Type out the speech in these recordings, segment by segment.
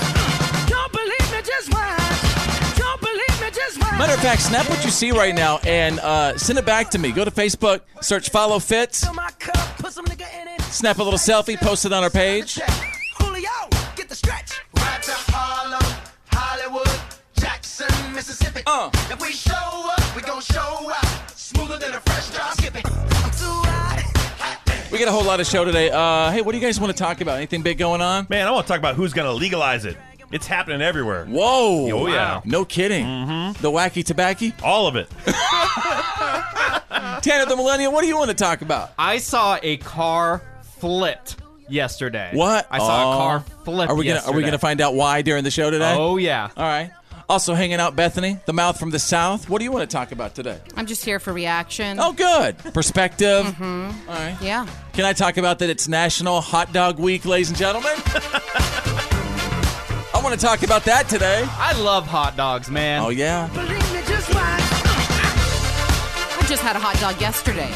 Don't believe me, just watch. Don't believe me, just watch. Matter of fact, snap what you see right now and uh, send it back to me. Go to Facebook, search Follow Fits, Fill my cup, put some nigga in it. snap a little selfie, post it on our page. Julio, get the stretch. Right to Harlem, Hollywood, Jackson, Mississippi. Uh. If we show up, we gon' show up. Smoother than a fresh drop. Skip it. I'm too hot. We got a whole lot of show today. Uh, hey, what do you guys want to talk about? Anything big going on? Man, I want to talk about who's going to legalize it. It's happening everywhere. Whoa! Oh, yeah. No kidding. The wacky tobacco. All of it. Tanner the Millennial, what do you want to talk about? I saw a car flipped yesterday. What? I saw Oh. a car flip Are we gonna yesterday. Are we gonna find out why during the show today? Oh, yeah. All right. Also hanging out, Bethany, the mouth from the south. What do you want to talk about today? I'm just here for reaction. Oh, good perspective. All right. yeah. Can I talk about that it's National Hot Dog Week, ladies and gentlemen? I want to talk about that today. I love hot dogs, man. Oh, yeah. I just had a hot dog yesterday.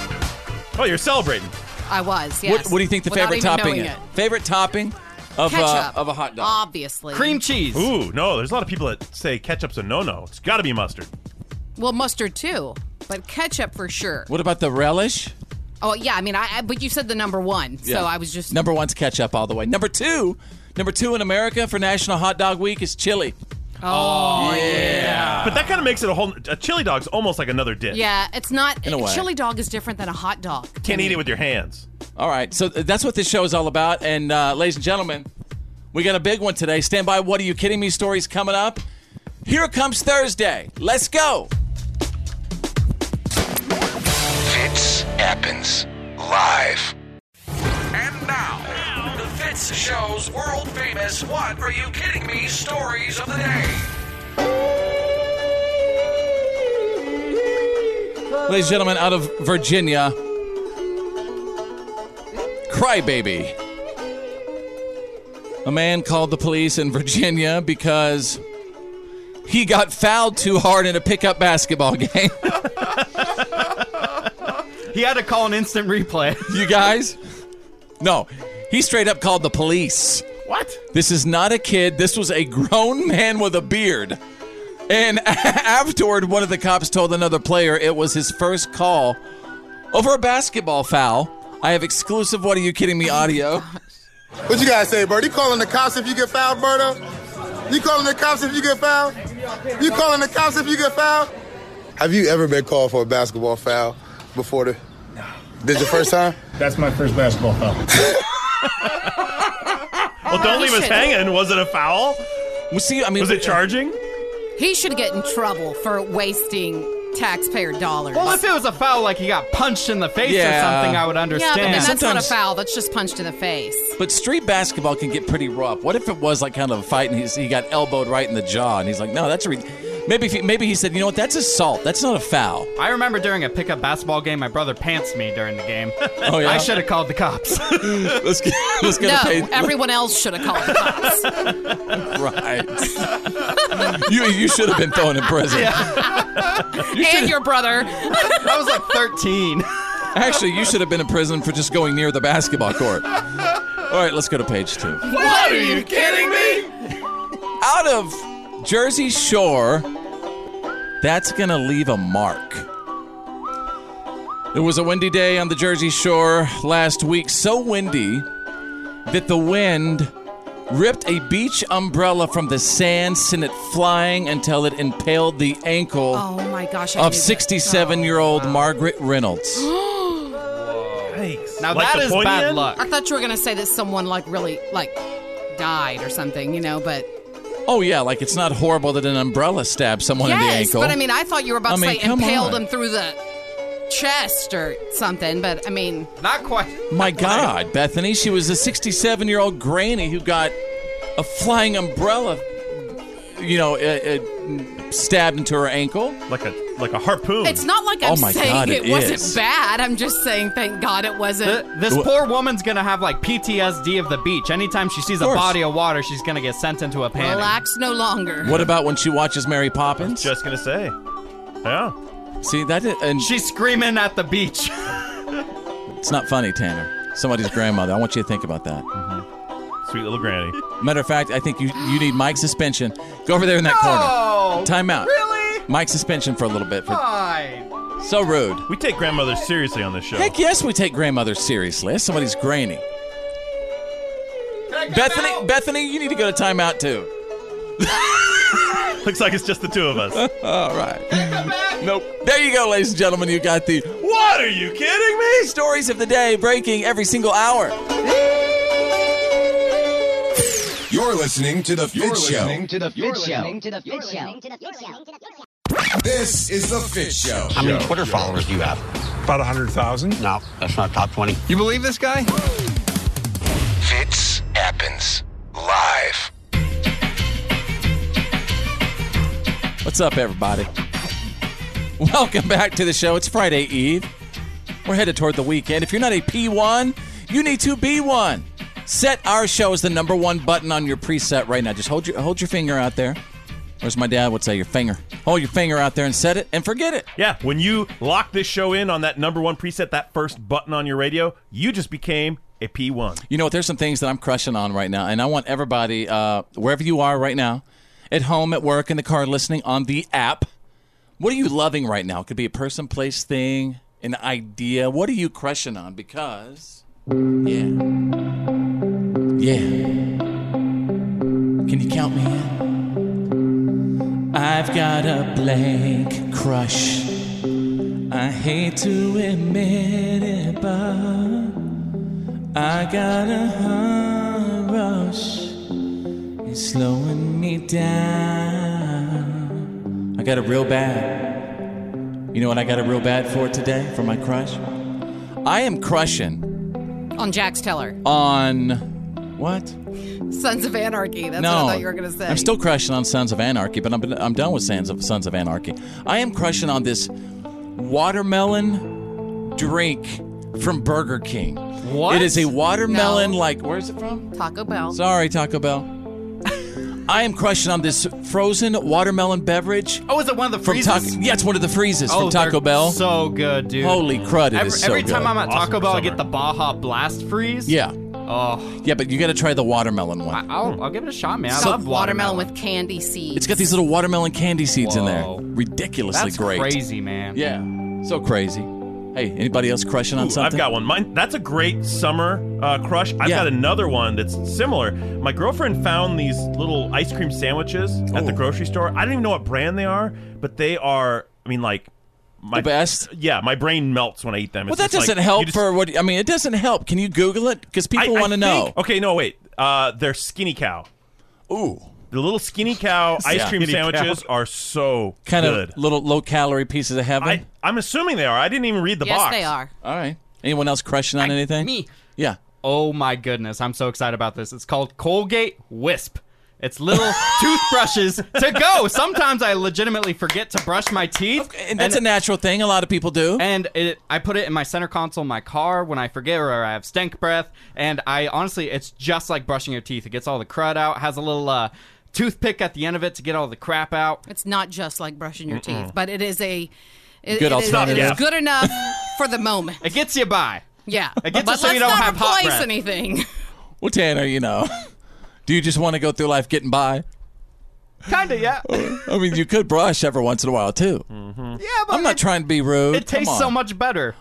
Oh, you're celebrating. I was, yes. What, what do you think the Without favorite even topping knowing is? Favorite topping of, uh, Ketchup. Um, of a hot dog? Obviously. Cream cheese. Ooh, no, there's a lot of people that say ketchup's a no no. It's got to be mustard. Well, mustard too, but ketchup for sure. What about the relish? Oh, yeah. I mean, I, I but you said the number one, Yeah. so I was just. Number one's ketchup all the way. Number two, number two in America for National Hot Dog Week is chili. Oh, But that kind of makes it a whole. A chili dog's almost like another dish. yeah. It's not. In a way. chili dog is different than a hot dog. Can't eat it with your hands. All right, so that's what this show is all about. And uh, ladies and gentlemen, we got a big one today. Stand by. What are you kidding me? Stories coming up. Here comes Thursday. Let's go. Fits happens live. And now, the Fitz Show's world famous What Are You Kidding Me stories of the day. Ladies and gentlemen, out of Virginia, Crybaby. A man called the police in Virginia because he got fouled too hard in a pickup basketball game. He had to call an instant replay. you guys? No, he straight up called the police. What? This is not a kid. This was a grown man with a beard. And afterward, one of the cops told another player it was his first call over a basketball foul. I have exclusive What Are You Kidding Me audio. What you guys say, Bird? You calling the cops if you get fouled, Birdo? You calling the cops if you get fouled? You calling the cops if you get fouled? Have you ever been called for a basketball foul before the? No. This your first time? That's my first basketball foul. well, don't leave us Oh, shit. hanging. Was it a foul? Well, see, I mean, Was it charging? He should get in trouble for wasting taxpayer dollars. Well, if it was a foul like he got punched in the face Yeah. or something, I would yeah, understand. but then that's not a Sometimes- foul. That's just punched in the face. But street basketball can get pretty rough. What if it was like kind of a fight and he's, he got elbowed right in the jaw and he's like, no, that's re-. maybe if he, maybe he said, you know what, that's assault. That's not a foul. I remember during a pickup basketball game, my brother pants me during the game. Oh yeah, I should have called the cops. Let's get, let's get No, a pay- everyone else should have called the cops. right. you you should have been thrown in prison. and your brother. I was like 13. Actually, you should have been in prison for just going near the basketball court. All right, let's go to page two. What are you kidding me? Out of Jersey Shore, that's going to leave a mark. It was a windy day on the Jersey Shore last week, so windy that the wind ripped a beach umbrella from the sand, sent it flying until it impaled the ankle Oh my gosh! I knew of that. Oh, 67 year old Margaret Reynolds. Thanks. Now Like that the is pointy bad end? luck. I thought you were gonna say that someone like really like died or something, you know? But Oh, yeah, like it's not horrible that an umbrella stabbed someone in the yes, ankle. but I mean, I thought you were about I to mean, say come impaled on. him through the chest or something. But I mean, Not quite. My God, Bethany, she was a 67 year old granny who got a flying umbrella, you know, uh, uh, stabbed into her ankle. Like a like a harpoon. it's not like Oh I'm my saying God, it, it wasn't is. bad. I'm just saying, thank God it Th- wasn't. This Wha- poor woman's gonna have like PTSD of the beach. Anytime she sees a course. body of water, she's gonna get sent into a panic. Relax no longer. What about when she watches Mary Poppins? just gonna say. Yeah. See, that is, and She's screaming at the beach. it's not funny, Tanner. Somebody's grandmother. I want you to think about that. Sweet little granny. Matter of fact, I think you, you need Mike suspension. Go over there in that Oh, corner. Time out. Really? Mike suspension for a little bit. For, Fine. so rude. We take grandmothers seriously on this show. Heck yes, we take grandmothers seriously. That's somebody's granny. Bethany, Bethany, you need to go to timeout too. Looks like it's just the two of us. All right. Nope. There you go, ladies and gentlemen. You got the what are you kidding me? stories of the day breaking every single hour. You're listening to The Fit Show. to the Fit Show. to the Fit Show. This is The Fit Show. How many Twitter followers do you have? About 100,000. No, that's not top 20. You believe this guy? Fits happens live. What's up, everybody? Welcome back to the show. It's Friday Eve. We're headed toward the weekend. If you're not a P1, you need to be one. Set our show as the number one button on your preset right now. Just hold your hold your finger out there. Or as my dad would say, your finger. Hold your finger out there and set it and forget it. Yeah, when you lock this show in on that number one preset, that first button on your radio, you just became a P1. You know what? There's some things that I'm crushing on right now, and I want everybody, uh, wherever you are right now, at home, at work, in the car, listening on the app. What are you loving right now? It could be a person, place, thing, an idea. What are you crushing on? Because, yeah, yeah. Can you count me in? I've got a blank crush. I hate to admit it, but. I got a hard rush. It's slowing me down. I got it real bad. You know what I got it real bad for today for my crush? I am crushing On Jax Teller, on what? Sons of Anarchy. That's no, what I thought you were gonna say. I'm still crushing on Sons of Anarchy, but I'm I'm done with Sons of Sons of Anarchy. I am crushing on this watermelon drink from Burger King. What? It is a watermelon like where's it from? Taco Bell. Sorry, Taco Bell. I am crushing on this frozen watermelon beverage Oh, is it one of the from freezers? Taco. Yeah, it's one of the freezes Oh, from Taco they're Bell. So good, dude. Holy crud! it is Every, so every good. time I'm at Awesome Taco for Bell, I summer. get the Baja Blast freeze. yeah, Oh, yeah, but you got to try the watermelon I- one. I'll, I'll give it a shot, man. I So love watermelon with candy seeds. It's got these little watermelon candy seeds in there. Whoa. Ridiculously That's great. crazy, man. Yeah, so crazy. Hey, anybody else crushing on Ooh, something? I've got one. Mine. That's a great summer uh, crush. I've Yeah. got another one that's similar. My girlfriend found these little ice cream sandwiches at the Ooh. grocery store. I don't even know what brand they are, but they are. I mean, like my The best? Yeah, my brain melts when I eat them. Well, It's that just like- doesn't help you just- for what I mean. It doesn't help. Can you Google it? Because I- people I oh, want to know. think- Okay, no, wait. Uh, they're skinny cow. Ooh, The little skinny cow ice Yeah. cream Skinny cow. sandwiches are so Kind good. of little low calorie pieces of heaven. I, I'm assuming they are. I didn't even read the yes, box. they are. All right. Anyone else crushing on anything? Me. Yeah. Oh my goodness, I'm so excited about this. It's called Colgate Wisp. It's little toothbrushes to go. Sometimes I legitimately forget to brush my teeth. And that's a natural thing. A lot of people do. And it, I put it in my center console in my car when I forget or I have stink breath. And I honestly, it's just like brushing your teeth. It gets all the crud out, has a little uh, toothpick at the end of it to get all the crap out. It's not just like brushing your teeth, but it is a it, Good it is- alternative. it is Yeah. good enough for the moment. It gets you by. Yeah, It gets but us so you let's don't not have hot replace breath. anything. Well, Tanner, you know, do you just want to go through life getting by? Kinda, yeah. I mean, you could brush every once in a while too. Yeah, but I'm not trying to be rude. Hmm. it tastes so much better.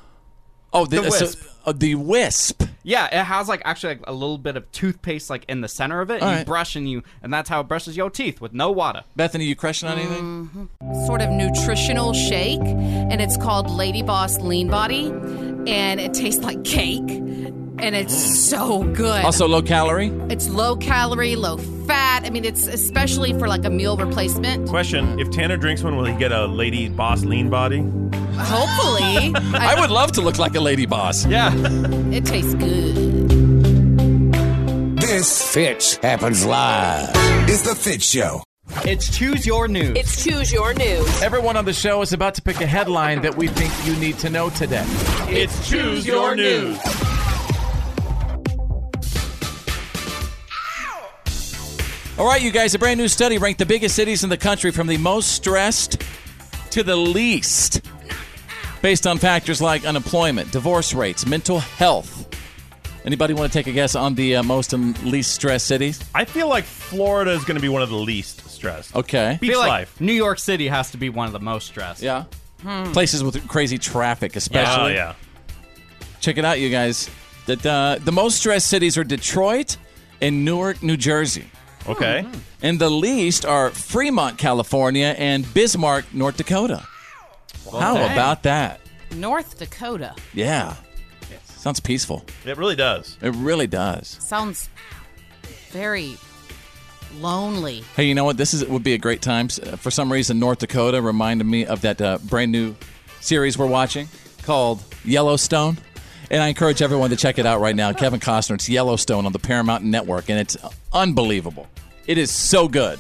Oh, the, The so- wisp. oh, the wisp. Yeah, it has like actually like, a little bit of toothpaste like in the center of it. All and You right. brush and you, and that's how it brushes your teeth with no water. Bethany, you crushing on anything? Mm. sort of nutritional shake, and it's called Lady Boss Lean Body, and it tastes like cake, and it's Mm. so good. Also low calorie. it's low calorie, low fat. I mean, it's especially for like a meal replacement. Question: If Tanner drinks one, will he get a lady boss lean body? Hopefully, I- I would love to look like a lady boss. Yeah. it tastes good. This Fitch happens live. Is the Fit Show. It's choose your news. It's Choose Your News. Everyone on the show is about to pick a headline that we think you need to know today. It's choose your news. All right, you guys, a brand new study ranked the biggest cities in the country from the most stressed to the least based on factors like unemployment, divorce rates, mental health. Anybody want to take a guess on the uh, most and least stressed cities? I feel like Florida is going to be one of the least stressed. Okay. Beach I feel like life. New York City has to be one of the most stressed. Yeah. Places with crazy traffic, especially. Hmm. Oh yeah. Check it out, you guys. That uh, the most stressed cities are Detroit and Newark, New Jersey. Okay. Hmm. And the least are Fremont, California, and Bismarck, North Dakota. How dang. about that? North Dakota Yeah. Sounds peaceful. It really does. It really does. sounds very lonely. Hey, you know what? This is would be a great time. S- uh, For some reason, North Dakota reminded me of that uh, brand new series we're watching called Yellowstone. And I encourage everyone to check it out right now. Kevin Costner, it's Yellowstone on the Paramount Network, and it's unbelievable. It is so good.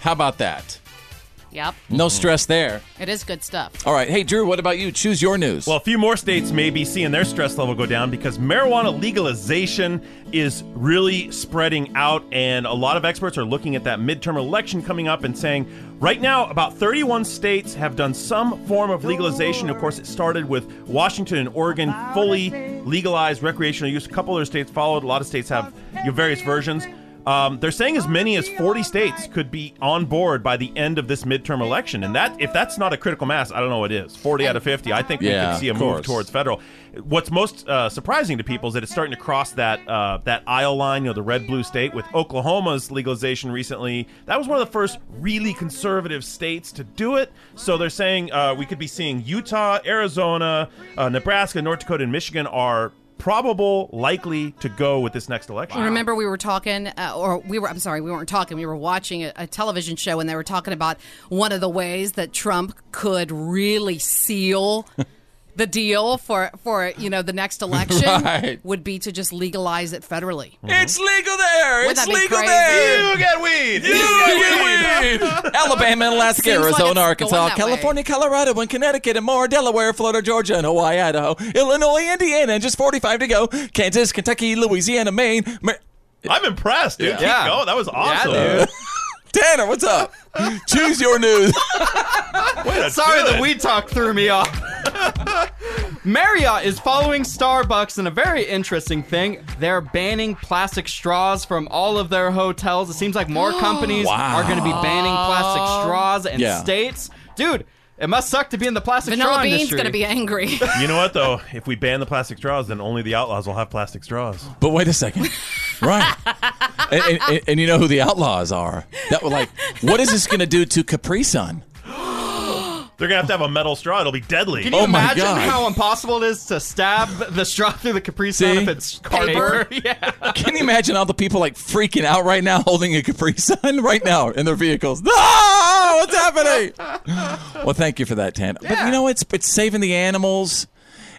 How about that? Yep, No stress there. it is good stuff. All right. Hey, Drew, what about you? Choose your news. Well, a few more states may be seeing their stress level go down because marijuana legalization is really spreading out, and a lot of experts are looking at that midterm election coming up and saying, right now, about 31 states have done some form of legalization. Of course, it started with Washington and Oregon fully legalized recreational use. A couple other states followed. A lot of states have you know, various versions. Um, they're saying as many as 40 states could be on board by the end of this midterm election, and that if that's not a critical mass, I don't know what is. 40 out of 50, I think we Yeah, could see a of move course. towards federal. What's most uh, surprising to people is that it's starting to cross that uh, that aisle line, you know, the red blue state with Oklahoma's legalization recently. That was one of the first really conservative states to do it. So they're saying uh, we could be seeing Utah, Arizona, uh, Nebraska, North Dakota, and Michigan are probable, likely to go with this next election. Remember, we were talking, uh, or we were, I'm sorry, we weren't talking, we were watching a, a television show and they were talking about one of the ways that Trump could really seal. The deal for for you know the next election Right. would be to just legalize it federally. it's legal there. Wouldn't it's that be legal crazy? there. You get weed. You Alabama, Alaska, Seems like it's Arizona, going Arkansas, that way. California, Colorado, and Connecticut, and more. Delaware, Florida, Georgia, and Hawaii, Idaho, Illinois, Indiana, and just 45 to go. Kansas, Kentucky, Louisiana, Maine. Mar- I'm impressed, dude. Yeah. Keep going. That was awesome. Tanner, what's up? Choose your news. Way to do Sorry, the it. weed talk threw me off. Marriott is following Starbucks in a very interesting thing. They're banning plastic straws from all of their hotels. It seems like more companies Wow. are going to be banning plastic straws in Yeah. states. Dude, it must suck to be in the plastic Vanilla straw Bean's industry. going to be angry. You know what though? If we ban the plastic straws, then only the outlaws will have plastic straws. But wait a second. Right. And, and- and- and you know who the outlaws are. That were like, what is this going to do to Capri Sun? They're gonna have to have a metal straw. It'll be deadly. Can you Oh imagine how impossible it is to stab the straw through the Capri Sun if it's cardboard? yeah. Can you imagine all the people like freaking out right now, holding a Capri Sun right now in their vehicles? No, what's happening? Well, thank you for that, Tan. But you know, it's it's saving the animals,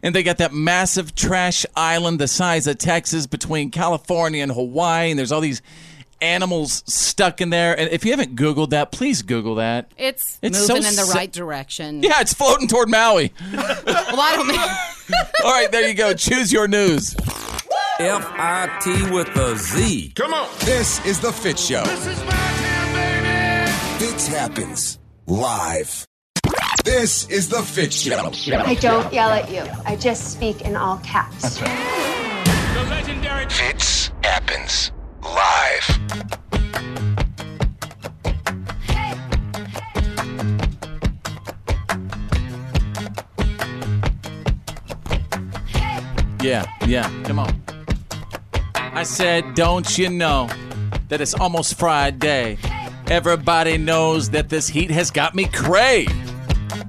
and they got that massive trash island the size of Texas between California and Hawaii, and there's all these animals stuck in there. And if you haven't Googled that, please Google that. It's, It's so moving in the sa- right direction. Yeah, it's floating toward Maui. Well, I don't mean. All right, there you go. Choose your news. F I T with a Z. Come on. This is The Fit Show. This is my time, baby. Fits happens live. This is The Fit Show. I don't yell at you. I just speak in all caps. That's The legendary Fits happens live. Yeah, yeah. Come on. I said, don't you know that it's almost Friday? Everybody knows that this heat has got me cray.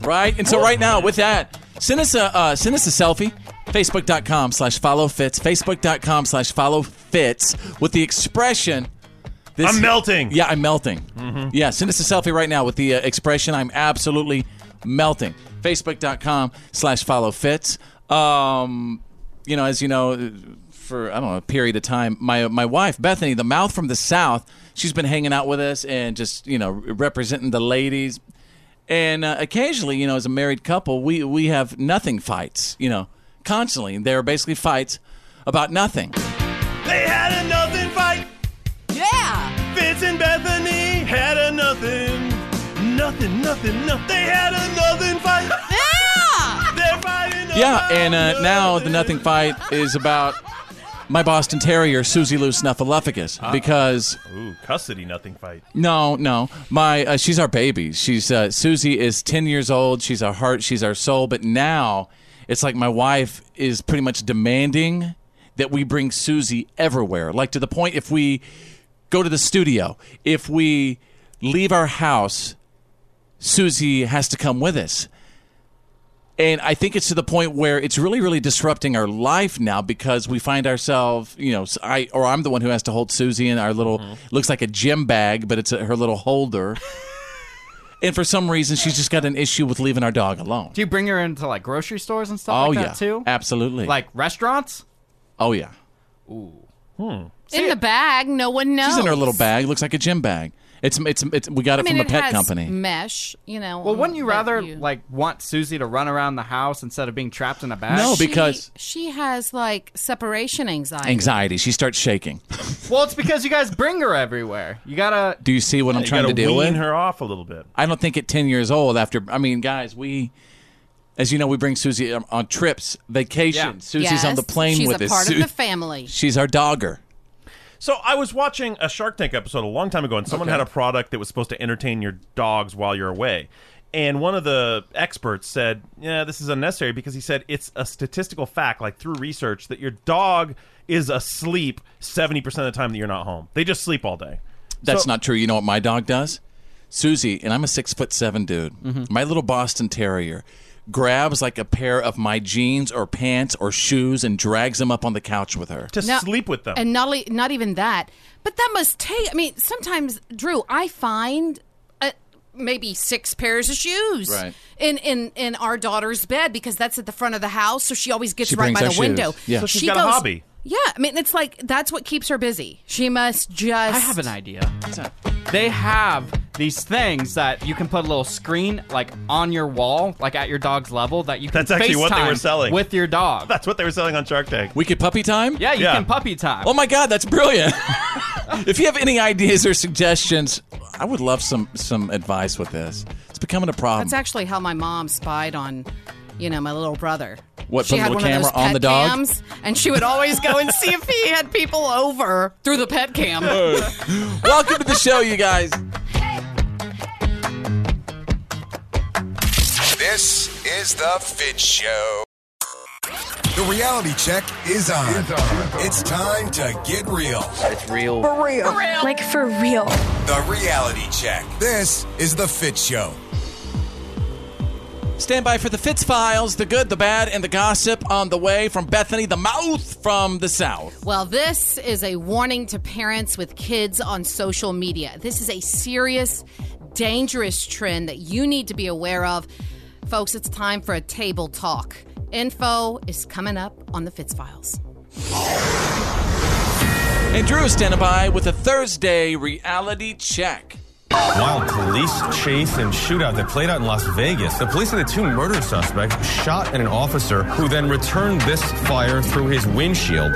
Right? And so right now, with that, send us a uh, send us a selfie. Facebook.com slash follow fits. Facebook.com slash follow fits with the expression I'm melting. Yeah, I'm melting. Mhm. Yeah, send us a selfie right now with the uh, expression I'm absolutely melting. Facebook.com slash follow fits. Um, you know, as you know, for, I don't know, a period of time, my, my wife, Bethany, the mouth from the South, she's been hanging out with us and just, you know, representing the ladies. And uh, occasionally, you know, as a married couple, we, we have nothing fights, you know, constantly. There are basically fights about nothing. They had a nothing fight. Yeah. Fitz and Bethany had a nothing. Nothing, nothing, nothing. They had a nothing fight. Yeah. They're fighting. Yeah, and uh, now the nothing fight is about my Boston Terrier, Susie Lou Snuffleupagus, Ah. because Ooh, custody nothing fight. no, no, my uh, she's our baby. She's uh, Susie is ten years old. She's our heart. She's our soul. But now it's like my wife is pretty much demanding that we bring Susie everywhere. Like to the point, if we go to the studio, if we leave our house, Susie has to come with us. And I think it's to the point where it's really, really disrupting our life now because we find ourselves, you know, s- I or I'm the one who has to hold Susie in our little Mm-hmm. looks like a gym bag, but it's a, her little holder. and for some reason, she's just got an issue with leaving our dog alone. Do you bring her into like grocery stores and stuff Oh like yeah, that too? absolutely. Like restaurants? oh yeah, Ooh. in the bag, no one knows. she's in her little bag, looks like a gym bag. It's it's, it's we got I it mean, from a it pet has company. Mesh, you know. Well, wouldn't you Mm, that rather like want Susie to run around the house instead of being trapped in a bag? No, because- she has like separation anxiety. Anxiety. She starts shaking. well, it's because you guys bring her everywhere. You gotta. Do you see what I'm you trying gotta to deal wean with? her off a little bit. I don't think at 10 years old, after, I mean, guys, we, as you know, we bring Susie on, on trips, vacation. Susie's on the Yes, plane she's with a us. part of Su- the family. she's our dogger. So I was watching a Shark Tank episode a long time ago, and someone Okay. had a product that was supposed to entertain your dogs while you're away. And one of the experts said, "Yeah, this is unnecessary because he said it's a statistical fact, like through research, that your dog is asleep seventy percent of the time that you're not home. They just sleep all day. That's So- not true. You know what my dog does? Susie, and I'm a six foot seven dude, Mhm. my little Boston Terrier grabs like a pair of my jeans or pants or shoes and drags them up on the couch with her. To No, sleep with them. And not only, not even that, but that must take. I mean, sometimes Drew, I find uh, maybe six pairs of shoes Right. in in in our daughter's bed because that's at the front of the house, so she always gets She right brings by our the window. shoes. Yeah. So she's she got a goes- hobby. Yeah, I mean, it's like that's what keeps her busy. She must just. I have an idea. They have these things that you can put a little screen like on your wall, like at your dog's level, that you can. That's actually what they were FaceTime selling. with your dog. That's what they were selling on Shark Tank. We could puppy time? Yeah, you can puppy time. Oh my God, that's brilliant. if you have any ideas or suggestions, I would love some some advice with this. It's becoming a problem. That's actually how my mom spied on, you know, my little brother. What, She put a had little one of those camera on pet the dog? cams, and she would always go and see if he had people over through the pet cam. Uh. Welcome to the show, you guys. This is The Fit Show. The reality check is on. It's, time to get real. It's real. real. Like for real. The reality check. This is The Fit Show. Stand by for the Fitz Files, the good, the bad, and the gossip on the way from Bethany, the mouth from the south. Well, this is a warning to parents with kids on social media. This is a serious, dangerous trend that you need to be aware of. Folks, it's time for a table talk. Info is coming up on the Fitz Files. And Drew standing by with a Thursday reality check. Wild police chase and shootout that played out in Las Vegas. The police and the two murder suspects shot at an officer who then returned this fire through his windshield.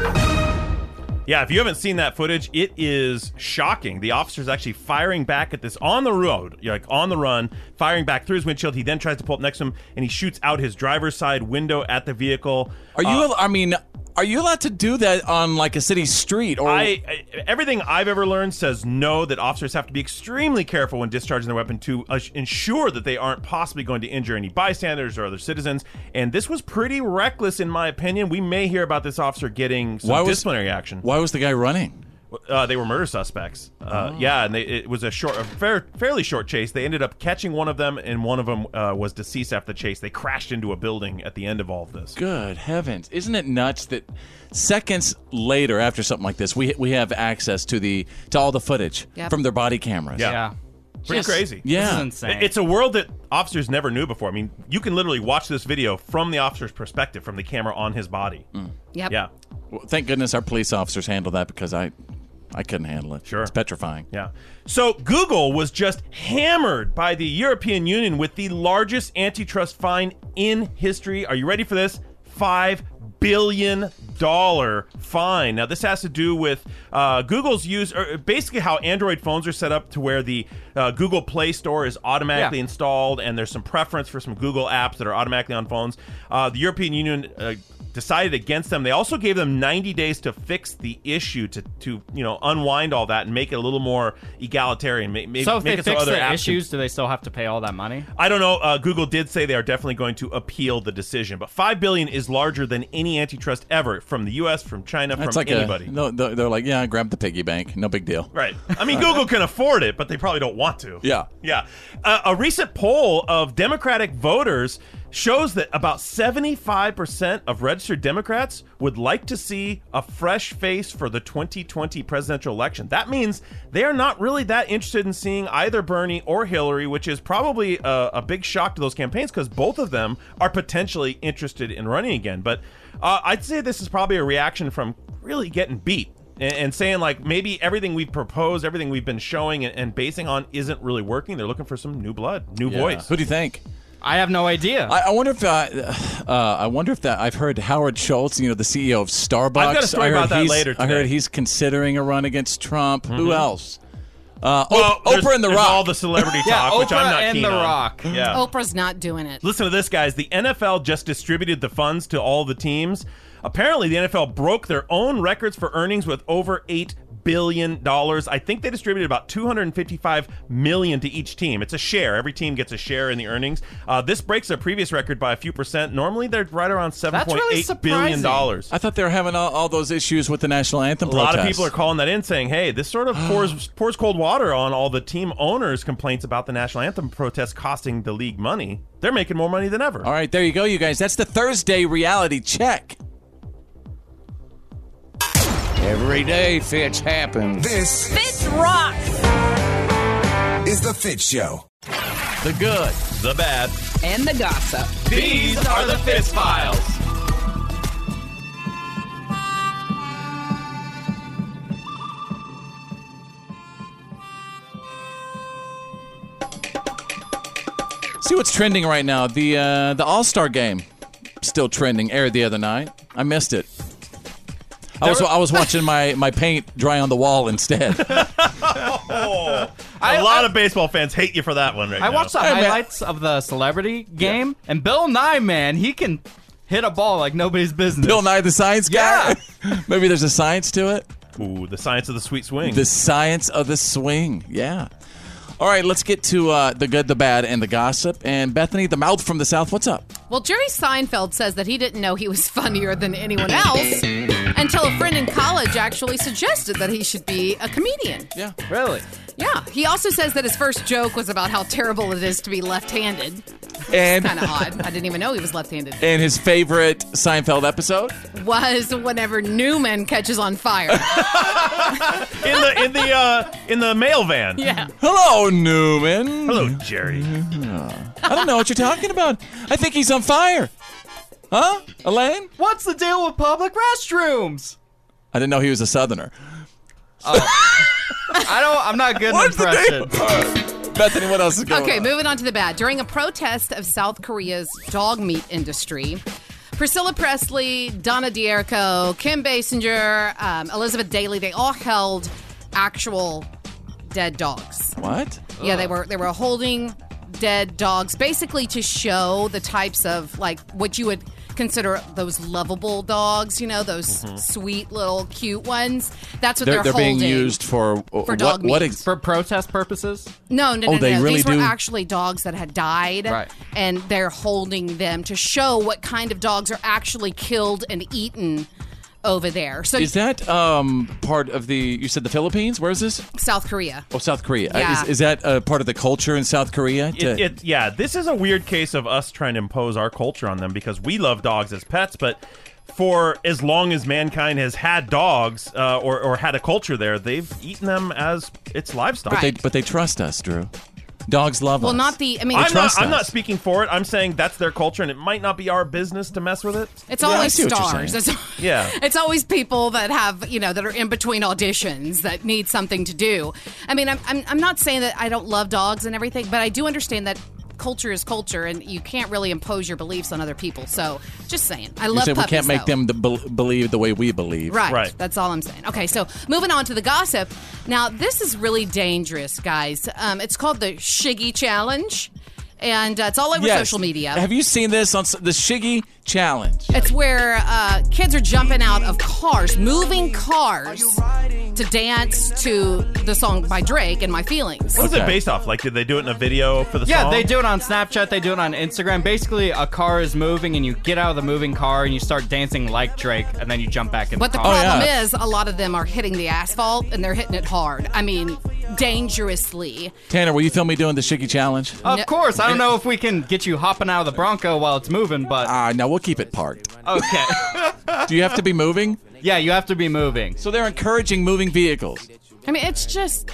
Yeah, if you haven't seen that footage, it is shocking. The officer's actually firing back at this on the road, like on the run, firing back through his windshield. He then tries to pull up next to him and he shoots out his driver's side window at the vehicle. Are you? al- I mean, are you allowed to do that on like a city street? Or I, I everything I've ever learned says no that officers have to be extremely careful when discharging their weapon to uh, ensure that they aren't possibly going to injure any bystanders or other citizens. And this was pretty reckless, in my opinion. We may hear about this officer getting some Why was- disciplinary action. Why was the guy running? Uh, they were murder suspects. Uh, Ah. Yeah, and they, it was a short, a fair, fairly short chase. They ended up catching one of them, and one of them uh, was deceased after the chase. They crashed into a building at the end of all of this. Good heavens! Isn't it nuts that seconds later, after something like this, we we have access to the to all the footage Yep. from their body cameras? Pretty Just- crazy. Yeah, It's a world that officers never knew before. I mean, you can literally watch this video from the officer's perspective, from the camera on his body. Yep. Yeah. Well, thank goodness our police officers handled that because I, I couldn't handle it. Sure, it's petrifying. Yeah. So Google was just hammered by the European Union with the largest antitrust fine in history. Are you ready for this? Five billion dollar fine. Now this has to do with uh, Google's use, or basically how Android phones are set up to where the uh, Google Play Store is automatically Yeah. installed, and there's some preference for some Google apps that are automatically on phones. Uh, the European Union. Uh, decided against them. They also gave them 90 days to fix the issue to to you know unwind all that and make it a little more egalitarian. Make, make, so if make they it so fix other apps the can- issues, do they still have to pay all that money? I don't know. Uh, Google did say they are definitely going to appeal the decision, but five billion is larger than any antitrust ever from the U.S., from China, That's from like anybody. A, no, they're they're like, yeah, grab the piggy bank, no big deal. Right. I mean, Google can afford it, but they probably don't want to. Yeah. Yeah. Uh, a recent poll of Democratic voters shows that about 75% of registered Democrats would like to see a fresh face for the 2020 presidential election. That means they are not really that interested in seeing either Bernie or Hillary, which is probably a, a big shock to those campaigns because both of them are potentially interested in running again. But uh, I'd say this is probably a reaction from really getting beat and, and saying like maybe everything we've proposed, everything we've been showing and, and basing on isn't really working. They're looking for some new blood, new Yeah. voice. Who do you think? I have no idea. I, I wonder if uh, uh, I wonder if that I've heard Howard Schultz, you know, the CEO of Starbucks. I've got a story I heard about that he's- later I heard today. he's considering a run against Trump. Who Mhm. else? Uh, Well, Op- there's- Oprah and The there's Rock. all the celebrity talk, which I'm not keen on. Yeah. Oprah's not doing it. Listen to this, guys. The NFL just distributed the funds to all the teams. Apparently, the NFL broke their own records for earnings with over eight billion dollars. I think they distributed about 255 million to each team. It's a share. Every team gets a share in the earnings. Uh, this breaks their previous record by a few percent. Normally, they're right around seven point eight billion dollars. I thought they were having all, all those issues with the national anthem. A lot of people are calling that in, saying, "Hey, this sort of pours pours cold water on all the team owners' complaints about the national anthem protest costing the league money. They're making more money than ever." All right, there you go, you guys. That's the Thursday reality check. Every day, Fitch happens. This Fitz rocks. is the Fit Show. The good, the bad, And the gossip. These are the Fitz Files. See what's trending right now. The uh, the All Star Game still trending. Aired the other night. I missed it. I was I was watching my, my paint dry on the wall instead. A lot of baseball fans hate you for that one, right? I now. watched the highlights of the celebrity game, and Bill Nye, man, he can hit a ball like nobody's business. Bill Nye the Science Guy. Maybe there's a science to it. Ooh, the science of the sweet swing. The science of the swing. Yeah. All right, let's get to uh, the good, the bad, and the gossip. And Bethany, the mouth from the south. What's up? Well, Jerry Seinfeld says that he didn't know he was funnier than anyone else until a friend in college actually suggested that he should be a comedian. Yeah. Really? Yeah. He also says that his first joke was about how terrible it is to be left-handed. And- kind of odd. I didn't even know he was left-handed. And his favorite Seinfeld episode? Was whenever Newman catches on fire. in the in the uh, in the mail van. Yeah. Hello, Newman. Hello, Jerry. I don't know what you're talking about. I think he's on fire. Huh? Elaine? What's the deal with public restrooms? I didn't know he was a southerner. I don't. I'm not good. What's the deal? Bethany, what else is going Okay, on? moving on to the bad. During a protest of South Korea's dog meat industry, Priscilla Presley, Donna D'Errico, Kim Basinger, um, Elizabeth Daly, they all held actual dead dogs. What? Yeah, they were they were holding dead dogs basically to show the types of like what you would consider those lovable dogs, you know, those Mhm. sweet little cute ones. That's what They're, they're, they're holding. being used for, for what, dog what meat. ex- for protest purposes? No, no, Oh, no, they no. really These were do- actually dogs that had died, Right. and they're holding them to show what kind of dogs are actually killed and eaten over there. So is that um, part of the? You said the Philippines. Where is this? South Korea. Oh, South Korea. Uh, Yeah. Is, is that uh, part of the culture in South Korea? It, it, yeah, this is a weird case of us trying to impose our culture on them because we love dogs as pets, but for as long as mankind has had dogs uh, or, or had a culture there, they've eaten them as its livestock. but they but they trust us, Drew. Dogs love Well, us. not the- I mean- They I'm not, trust I'm not us. speaking for it. I'm saying that's their culture, and it might not be our business to mess with it. It's Yeah, I always see what you're stars. saying. It's- yeah. It's always people that have, you know, that are in between auditions that need something to do. I mean, I'm, I'm, I'm not saying that I don't love dogs and everything, but I do understand that culture is culture and you can't really impose your beliefs on other people. So just saying. I you love said we puppies. can't make though. them to bel believe the way we believe. Right. That's all I'm saying. Okay, so moving on to the gossip. Now, this is really dangerous, guys. Um, it's called the Shiggy Challenge, and uh, it's all over Yes. social media. Have you seen this on s- the Shiggy Challenge? It's where uh, kids are jumping out of cars, moving cars, to dance to the song by Drake and My Feelings. What is it based off? Like, did they do it in a video for the yeah, song? they do it on Snapchat. They do it on Instagram. Basically, a car is moving, and you get out of the moving car and you start dancing like Drake, and then you jump back in But the the Oh, car. problem is, a lot of them are hitting the asphalt and they're hitting it hard. I mean, dangerously. Tanner, will you film me doing the Shiggy Challenge? Of course, I don't know if we can get you hopping out of the Bronco while it's moving, but uh, no, we'll keep it parked. Okay. Do you have to be moving? Yeah, you have to be moving. So they're encouraging moving vehicles. I mean, it's just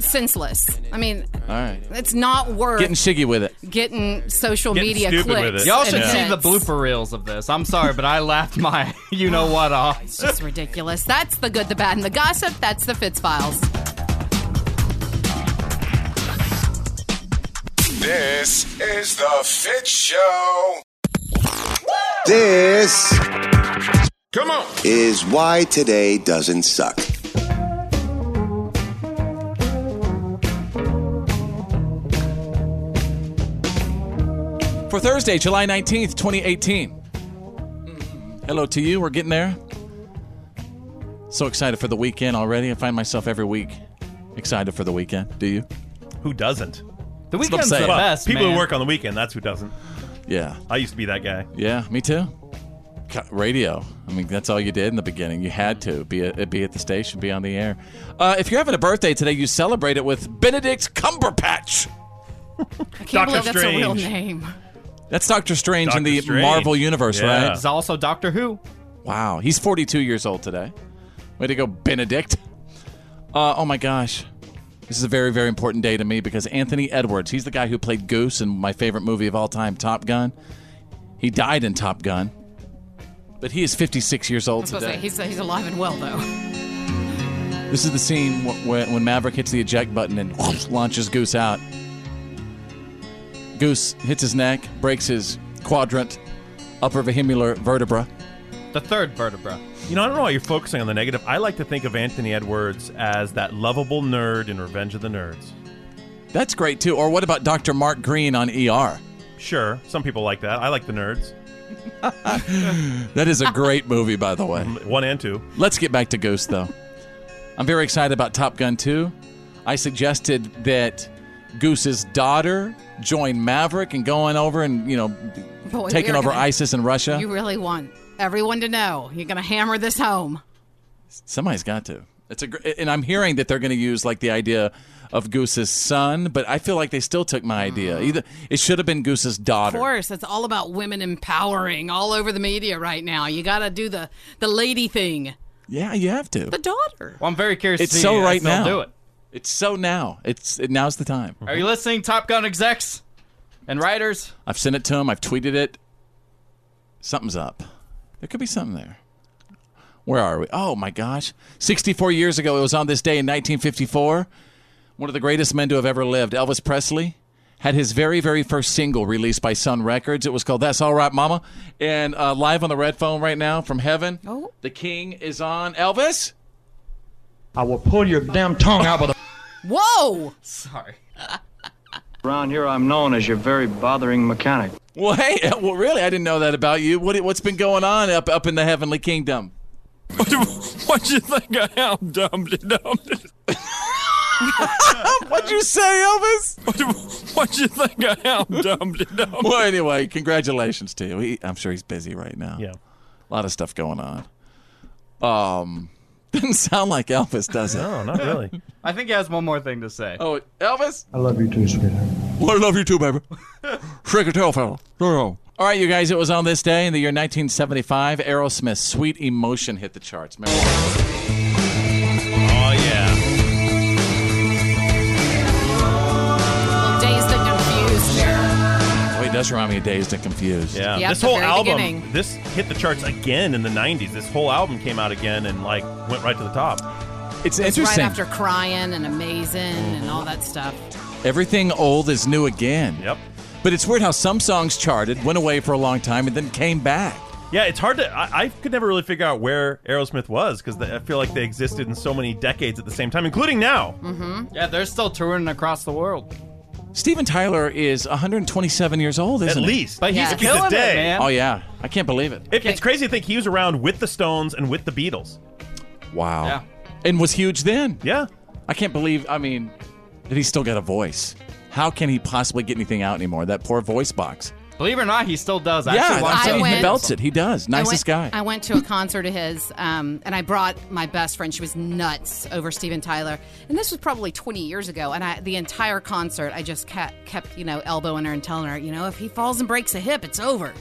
senseless. I mean, All right. it's not worth Getting shiggy with it. getting social media clicks. Y'all should and see hits. the blooper reels of this. I'm sorry, but I laughed my you know what off. It's just ridiculous. That's the good, the bad, and the gossip. That's the Fitz Files. This is the Fit Show. This Come on. is why today doesn't suck. For Thursday, July 19th, 2018. Hello to you. We're getting there. So excited for the weekend already. I find myself every week excited for the weekend. Do you? Who doesn't? The That's what I'm weekend's the saying. best, People man. who work on the weekend, that's who doesn't. Yeah. I used to be that guy. Yeah, me too. Ca- Radio. I mean, that's all you did in the beginning. You had to be at, be at the station, be on the air. Uh, if you're having a birthday today, you celebrate it with Benedict Cumberpatch. I can't Doctor believe that's a real Strange. name. That's Doctor Strange in Doctor the Strange. Marvel Universe, Yeah. right? He's also Doctor Who. Wow, he's 42 years old today. Way to go, Benedict. Uh, oh my gosh. This is a very, very important day to me because Anthony Edwards, he's the guy who played Goose in my favorite movie of all time, Top Gun. He died in Top Gun, but he is 56 years I old was supposed to say, today. he's, he's alive and well, though. This is the scene wh- wh- when Maverick hits the eject button and launches Goose out. Goose hits his neck, breaks his quadrant, upper vehicular vertebra. The third vertebra. You know, I don't know why you're focusing on the negative. I like to think of Anthony Edwards as that lovable nerd in Revenge of the Nerds. That's great too. Or what about Dr. Mark Green on ER? Sure, some people like that. I like the nerds. That is a great movie, by the way. One and two. Let's get back to Ghost, though. I'm very excited about Top Gun 2. I suggested that Goose's daughter join Maverick and going over and, you know, Boy, we taking are over gonna- ISIS in Russia. You really want everyone to know. You're going to hammer this home. Somebody's got to. It's a gr- and I'm hearing that they're going to use like the idea of Goose's son, but I feel like they still took my idea. Either it should have been Goose's Mm-hmm. Of daughter. course, it's all about women empowering all over the media right now. You got to do the the lady thing. Yeah, you have to. The daughter. Well, I'm very curious. It's to see so if right they'll now. Do it. It's so now. It's it, now's the time. Are you listening, Top Gun execs and writers? I've sent it to him. I've tweeted it. Something's up. There could be something there. Where are we? Oh my gosh. 64 years ago, it was on this day in 1954. One of the greatest men to have ever lived, Elvis Presley, had his very, very first single released by Sun Records. It was called That's All Right, Mama. And uh, live on the red phone right now from heaven, oh. the king is on. Elvis? I will pull your damn tongue out with a. Whoa! Sorry. Around here, I'm known as your very bothering mechanic. Well, hey, well, really, I didn't know that about you. What, what's been going on up, up in the heavenly kingdom? What you think I am, dumb dumb? What'd you say, Elvis? What you think I am, dumb dumb? Well, anyway, congratulations to you. He, I'm sure he's busy right now. Yeah, a lot of stuff going on. Um, doesn't sound like Elvis, does it? No, not really. I think he has one more thing to say. Oh, Elvis. I love you too, sweetheart. Well, I love you too, baby. Shake a tail, fella. All right, you guys. It was on this day in the year 1975. Aerosmith's "Sweet Emotion" hit the charts. Remember? Oh yeah. Dazed and confused there. Oh, he does remind me of Dazed and Confused. Yeah, Yeah, this at the whole very album, beginning. this hit the charts again in the '90s. This whole album came out again and like went right to the top. It's It was right interesting. after crying and amazing and all that stuff. Everything old is new again. Yep. But it's weird how some songs charted, went away for a long time, and then came back. Yeah, it's hard to. I, I could never really figure out where Aerosmith was because I feel like they existed in so many decades at the same time, including now. Mm-hmm. Yeah, they're still touring across the world. Steven Tyler is 127 years old, isn't he? least. But he's Yes. killing it, man. Oh yeah, I can't believe it. It, it's crazy to think he was around with the Stones and with the Beatles. Wow. Yeah. And was huge then. Yeah. I can't believe. I mean, that he's still got a voice. How can he possibly get anything out anymore? That poor voice box. Believe it or not, he still does. I yeah, actually watched that's him. it. went- he belts it. He does. Nicest I went, guy. I went to a concert of his, um, and I brought my best friend. She was nuts over Steven Tyler, and this was probably 20 years ago. And I, the entire concert, I just kept, kept, you know, elbowing her and telling her, you know, if he falls and breaks a hip, it's over.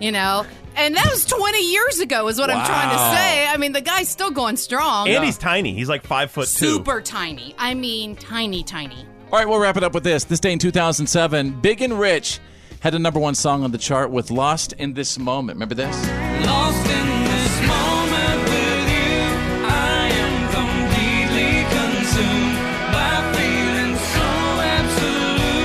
You know, and that was 20 years ago, is what I'm trying Wow. to say. I mean, the guy's still going strong. And he's tiny. He's like five foot two. super tiny. I mean, tiny, tiny. All right, we'll wrap it up with this. This day in 2007, Big and Rich had a number one song on the chart with "Lost in This Moment." Remember this? Lost in this moment with you, I am completely consumed by feeling so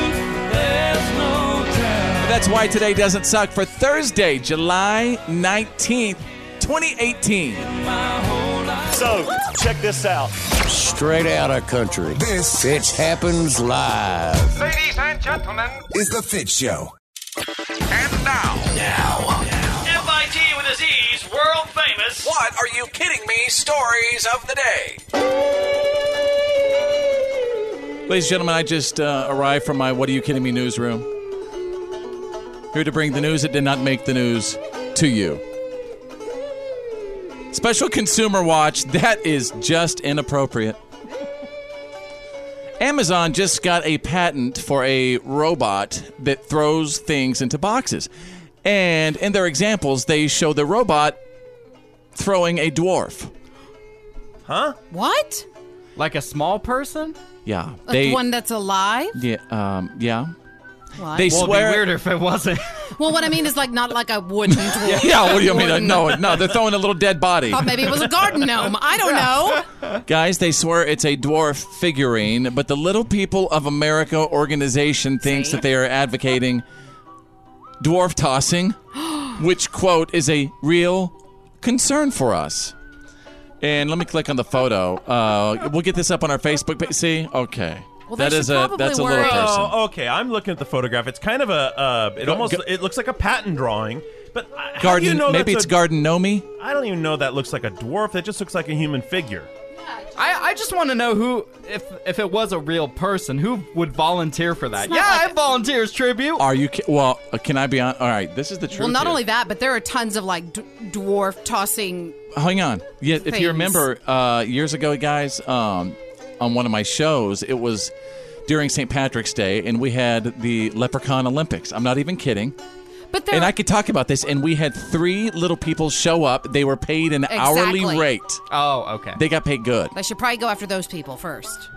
absolute. There's no doubt. That's why today doesn't suck for Thursday, July 19th, 2018. So, check this out. Straight out of country. This Fitch happens live. Ladies and gentlemen, Is the Fit Show. and now. Now. FIT with a Z's world famous. What are you kidding me? Stories of the day. Ladies and gentlemen, I just uh, arrived from my What Are You Kidding Me newsroom. Here to bring the news that did not make the news to you. Special Consumer Watch, that is just inappropriate. Amazon just got a patent for a robot that throws things into boxes. And in their examples, they show the robot throwing a dwarf. Huh? What? Like a small person? Yeah. The They, one that's alive? yeah, um, yeah. What? They Well, it'd be swear weirder if it wasn't. Well, what I mean is like not like a wooden dwarf. Yeah, yeah, what do you mean? No, no, they're throwing a little dead body. Thought maybe it was a garden gnome. I don't know. Guys, they swear it's a dwarf figurine, but the Little People of America organization thinks that they are advocating dwarf tossing, which, quote, is a real concern for us. And let me click on the photo. Uh, we'll get this up on our Facebook page. See? Okay. Well, that is a that's a little person. Oh, okay. I'm looking at the photograph. It's kind of a. Uh, it almost it looks like a pattern drawing, but I- how do Garden, you know maybe that's it's a- garden gnomi. I don't even know that looks like a dwarf. That just looks like a human figure. I, I just want to know who, if if it was a real person, who would volunteer for that? not Yeah, like- I volunteers tribute. Are you? ki- Well, uh, can I be on? All right, this is the truth. Well, not here. only that, but there are tons of like d- dwarf tossing. Hang on. Yeah, if Things. you remember uh, years ago, guys, um, on one of my shows. It was during St. Patrick's Day, and we had the Leprechaun Olympics. I'm not even kidding. But and I could talk about this, and we had three little people show up. They were paid an Exactly. hourly rate. Oh, okay. They got paid good. They should probably go after those people first.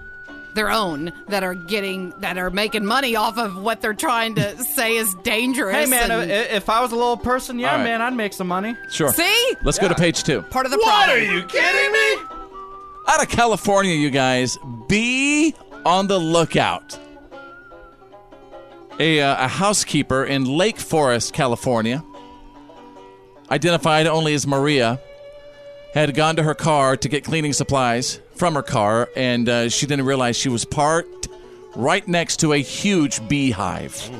Their own that are getting that are making money off of what they're trying to say is dangerous. Hey man, uh, and- i- if I was a little person, yeah, All right. man, I'd make some money. Sure. See? Let's go to page two. Part of the What problem. are you kidding me? Out of California, you guys, be on the lookout. A, uh, a housekeeper in Lake Forest, California, identified only as Maria, had gone to her car to get cleaning supplies from her car, and uh, she didn't realize she was parked right next to a huge beehive.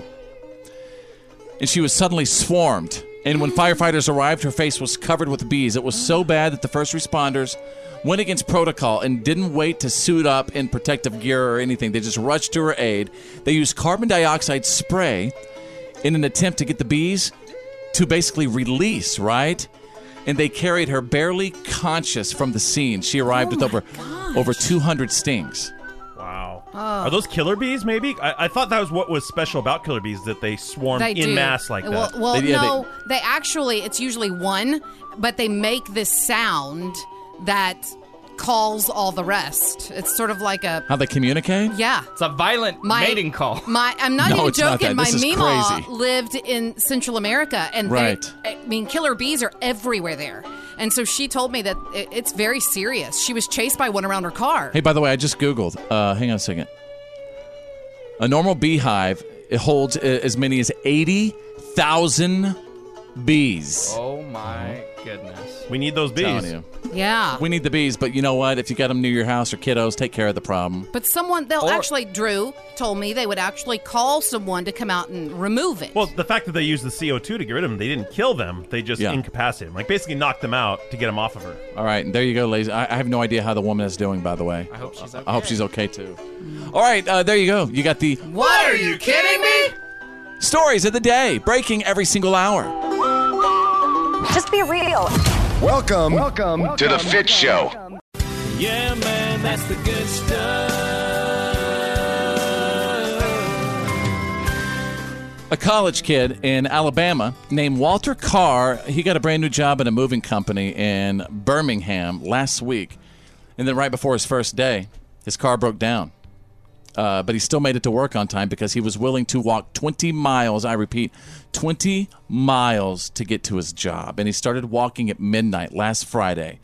And she was suddenly swarmed. And when firefighters arrived, her face was covered with bees. It was so bad that the first responders went against protocol and didn't wait to suit up in protective gear or anything. They just rushed to her aid. They used carbon dioxide spray in an attempt to get the bees to basically release, right? And they carried her barely conscious from the scene. She arrived with over over 200 stings. Wow. Oh. Are those killer bees? Maybe I, I thought that was what was special about killer bees that they swarm They in do. mass like well, that. Well, no, they, actually it's usually one, but they make this sound that calls all the rest. It's sort of like a How they communicate? yeah. It's a violent My- mating call. My, I'm not No, even it's not joking. that. My This is Mima crazy. lived in Central America, and they- Right. I mean, killer bees are everywhere there. And so she told me that it, it's very serious. She was chased by one around her car. Hey, by the way, I just Googled. Uh, hang on a second. A normal beehive it holds a- as many as 80,000 bees. Oh my goodness. We need those Telling bees. you. Yeah. We need the bees, but you know what? If you got them near your house or kiddos, take care of the problem. But someone, they'll Or- actually, Drew told me they would actually call someone to come out and remove it. Well, the fact that they used the CO2 to get rid of them, they didn't kill them. They just Yeah. incapacitated them. Like basically knocked them out to get them off of her. All right, and there you go, ladies. I, I have no idea how the woman is doing, by the way. I hope she's I hope she's okay, too. All right, uh, there you go. You got the What are you kidding me? stories of the day breaking every single hour. Just be real. Welcome, welcome to the Fit Show. Yeah, man, that's the good A college kid in Alabama named Walter Carr, he got a brand new job at a moving company in Birmingham last week. And then right before his first day, his car broke down. Uh, but he still made it to work on time because he was willing to walk 20 miles, I repeat, 20 miles to get to his job. And he started walking at midnight last Friday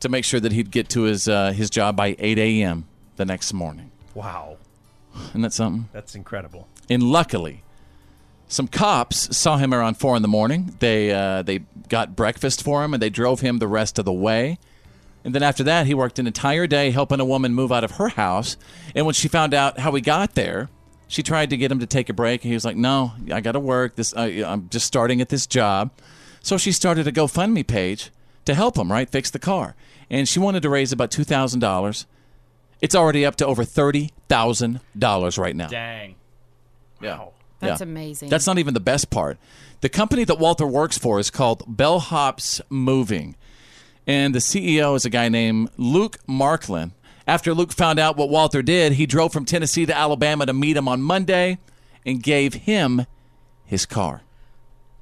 to make sure that he'd get to his, uh, his job by 8 a.m. the next morning. Wow. Isn't that something? That's incredible. And luckily, some cops saw him around four in the morning. They uh, they got breakfast for him and they drove him the rest of the way. And then after that, he worked an entire day helping a woman move out of her house. And when she found out how he got there, she tried to get him to take a break. And he was like, "No, I got to work. This I, I'm just starting at this job." So she started a GoFundMe page to help him right fix the car. And she wanted to raise about two thousand dollars. It's already up to over thirty thousand dollars right now. Dang. Yeah. That's Yeah. amazing. That's not even the best part. The company that Walter works for is called Bellhops Moving. And the CEO is a guy named Luke Marklin. After Luke found out what Walter did, he drove from Tennessee to Alabama to meet him on Monday and gave him his car.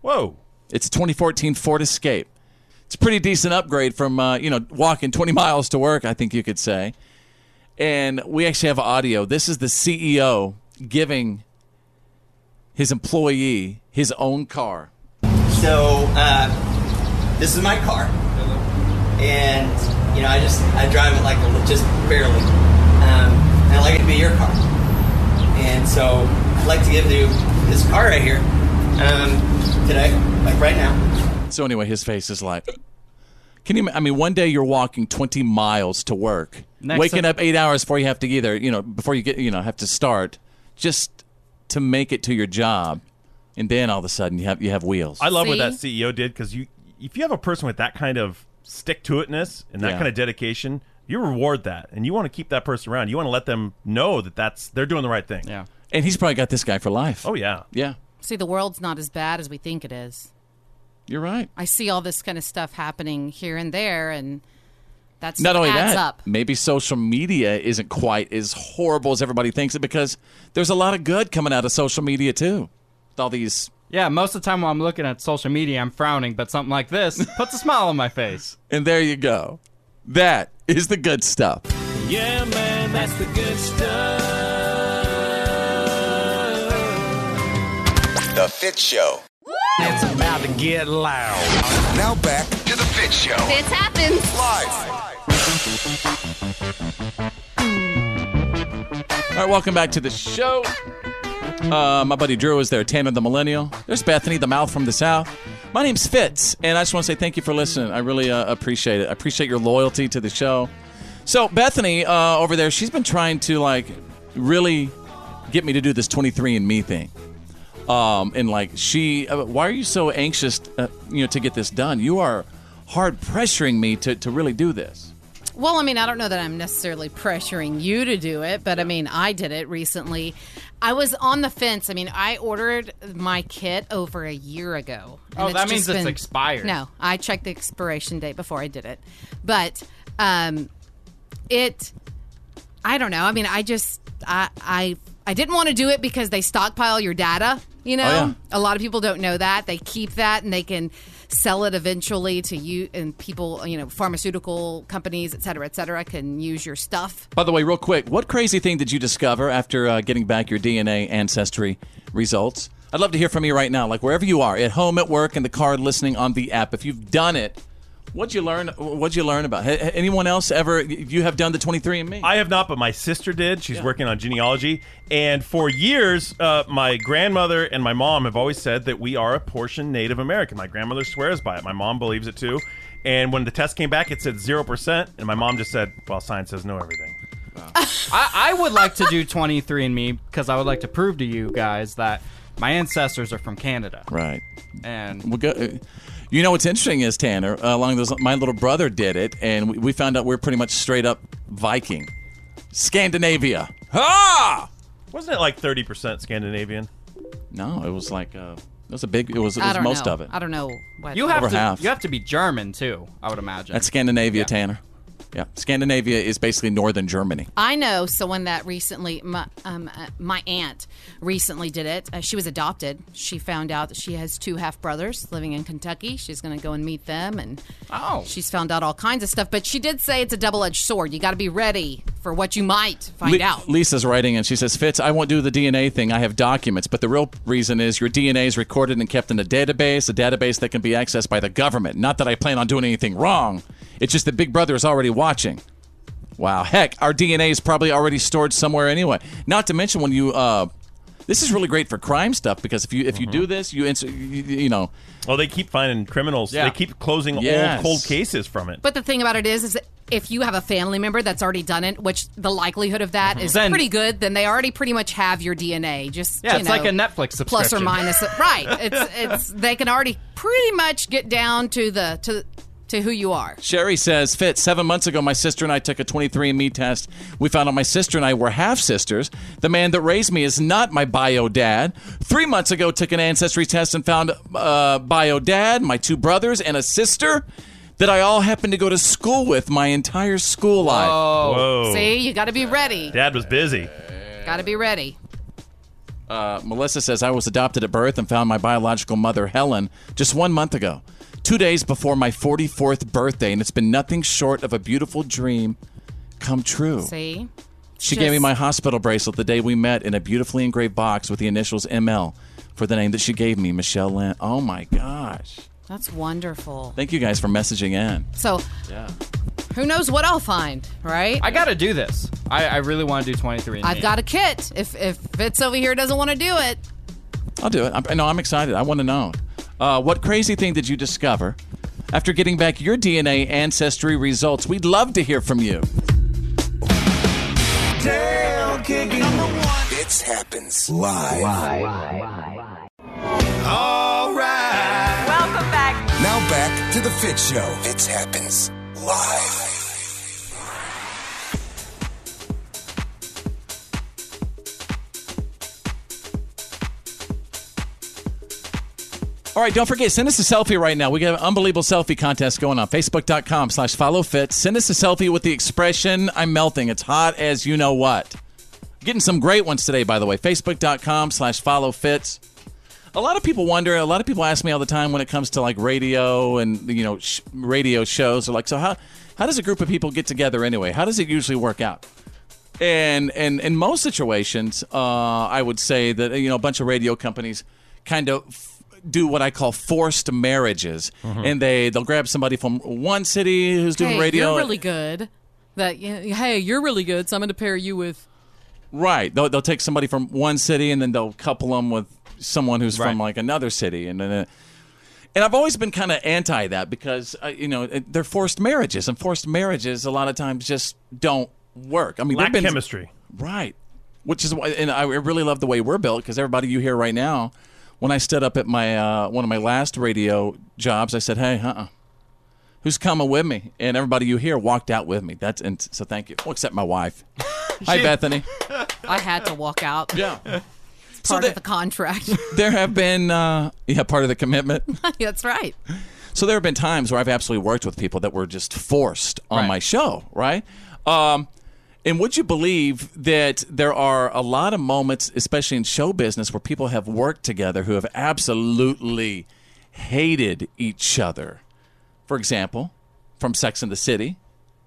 Whoa. It's a 2014 Ford Escape. It's a pretty decent upgrade from, uh, you know, walking 20 miles to work, I think you could say. And we actually have audio. This is the CEO giving his employee his own car. So uh, this is my car, and you know I just I drive it like a, li- just barely, um, and I like it to be your car, and so I'd like to give you this car right here um, today, like right now. So anyway, his face is like, can you? I mean, one day you're walking 20 miles to work, Next waking up- up eight hours before you have to either, you know, before you get, you know, have to start, just to make it to your job, and then all of a sudden you have you have wheels. I love what that CEO did because you, if you have a person with that kind of stick to itness and that Yeah. kind of dedication, you reward that, and you want to keep that person around. You want to let them know that that's they're doing the right thing. Yeah. And he's probably got this guy for life. Oh yeah. Yeah. See, the world's not as bad as we think it is. You're right. I see all this kind of stuff happening here and there, and That's Not only adds that, up. maybe social media isn't quite as horrible as everybody thinks it because there's a lot of good coming out of social media too. With all these, Yeah, most of the time while I'm looking at social media, I'm frowning, but something like this puts a smile on my face. and there you go. That is the good stuff. Yeah, man, that's the good stuff. The Fit Show. It's about to get loud. Now back to the Fit Show. Fits happens. Live. All right, welcome back to the show. Uh, my buddy Drew is there, Tanner the Millennial. There's Bethany, the mouth from the South. My name's Fitz, and I just want to say thank you for listening. I really uh, appreciate it. I appreciate your loyalty to the show. So, Bethany uh, over there, she's been trying to like really get me to do this 23andMe thing. Um, and like, she, uh, why are you so anxious, uh, you know, to get this done? You are hard pressuring me to, to really do this. Well, I mean, I don't know that I'm necessarily pressuring you to do it, but I mean, I did it recently. I was on the fence. I mean, I ordered my kit over a year ago. and Oh, that just means it's expired. No, I checked the expiration date before I did it. But um, it, I don't know. I mean, I just, I, I, I didn't want to do it because they stockpile your data. You know, Oh, yeah. a lot of people don't know that they keep that and they can sell it eventually to you and people. You know, pharmaceutical companies, et cetera, et cetera, can use your stuff. By the way, real quick, what crazy thing did you discover after uh, getting back your DNA ancestry results? I'd love to hear from you right now, like wherever you are, at home, at work, in the car, listening on the app. If you've done it, what'd you learn? What'd you learn about? Ha- ha- Anyone else ever? You have done the 23andMe? I have not, but my sister did. She's working on genealogy. And for years, uh, my grandmother and my mom have always said that we are a portion Native American. My grandmother swears by it. My mom believes it too. And when the test came back, it said 0%. And my mom just said, well, science says no everything. I, I would like to do 23andMe because I would like to prove to you guys that my ancestors are from Canada. Right. And We'll go, uh, you know what's interesting is Tanner. Uh, along those, my little brother did it, and we, we found out we're pretty much straight up Viking, Scandinavia. Ha! Wasn't it like 30% Scandinavian? No, it was like uh, it was a big. It was, it I was don't most know. of it. I don't know. What you have Over to half. you have to be German too, I would imagine. That's Scandinavia, Tanner. Yeah, Scandinavia is basically northern Germany. I know someone that recently, my, um, uh, my aunt recently did it. Uh, she was adopted. She found out that she has two half brothers living in Kentucky. She's going to go and meet them, and oh, she's found out all kinds of stuff. But she did say it's a double edged sword. You got to be ready for what you might find Le- out. Lisa's writing and she says, Fitz, I won't do the DNA thing. I have documents, but the real reason is your DNA is recorded and kept in a database, a database that can be accessed by the government. Not that I plan on doing anything wrong. It's just that Big Brother is already watching. Wow. Heck, our DNA is probably already stored somewhere anyway. Not to mention when you uh this is really great for crime stuff because if you if you do this, you ins- you, you know. Oh, they keep finding criminals. They keep closing Yes. old cold cases from it. But the thing about it is, is that if you have a family member that's already done it, which the likelihood of that Mhm. is Then- pretty good, then they already pretty much have your DNA. Just Yeah, you it's know, like a Netflix subscription. plus or minus. right? It's it's they can already pretty much get down to the to to who you are. Sherry says, Fitz, seven months ago, my sister and I took a 23andMe test. We found out my sister and I were half sisters. The man that raised me is not my bio dad. Three months ago, took an ancestry test and found uh, bio dad, my two brothers, and a sister that I all happened to go to school with my entire school life. Oh. Oh. Whoa. See, you got to be ready. Dad was busy. Got to be ready. Uh, Melissa says, I was adopted at birth and found my biological mother, Helen, just one month ago, two days before my 44th birthday, and it's been nothing short of a beautiful dream come true. See, She Just- gave me my hospital bracelet the day we met in a beautifully engraved box with the initials ML for the name that she gave me, Michelle Lynn. Oh my gosh. That's wonderful. Thank you guys for messaging in. So, Yeah. who knows what I'll find, right? I gotta do this. I, I really want to do 23andMe. I've got a kit. If if Fitz over here doesn't want to do it, I'll do it. I'm, no, I'm excited. I want to know. Uh, what crazy thing did you discover after getting back your DNA ancestry results? We'd love to hear from you. Down kicking. Number one. Fitz happens live. All right. Welcome back. Now back to the Fit Show. Fitz happens live. All right, don't forget, send us a selfie right now. We got an unbelievable selfie contest going on. Facebook.com slash follow fit. Send us a selfie with the expression, I'm melting. It's hot as you know what. Getting some great ones today, by the way. Facebook.com slash follow fits. A lot of people wonder, a lot of people ask me all the time when it comes to like radio and, you know, sh- radio shows. They're like, so how, how does a group of people get together anyway? How does it usually work out? And and in most situations, uh, I would say that you know a bunch of radio companies kind of f- do what I call forced marriages, and they they'll grab somebody from one city who's doing Mm-hmm. hey, radio. You're really good. That yeah, hey, you're really good. So I'm going to pair you with. Right. They'll, they'll take somebody from one city and then they'll couple them with someone who's Right. from like another city. And then, uh, and I've always been kind of anti that because, uh, you know, it- they're forced marriages and forced marriages a lot of times just don't work. I mean, Lack there've been chemistry. Right. Which is why, and I really love the way we're built because everybody you hear right now, when I stood up at my, uh, one of my last radio jobs, I said, hey, uh uh who's coming with me? And everybody you hear walked out with me. That's, and so thank you. Well, except my wife. Hi, She- Bethany. I had to walk out. Yeah. It's part of the contract. there have been uh, yeah part of the commitment That's right. so there have been times where i've absolutely worked with people that were just forced on my show right um, and would you believe that there are a lot of moments especially in show business where people have worked together who have absolutely hated each other for example from sex and the city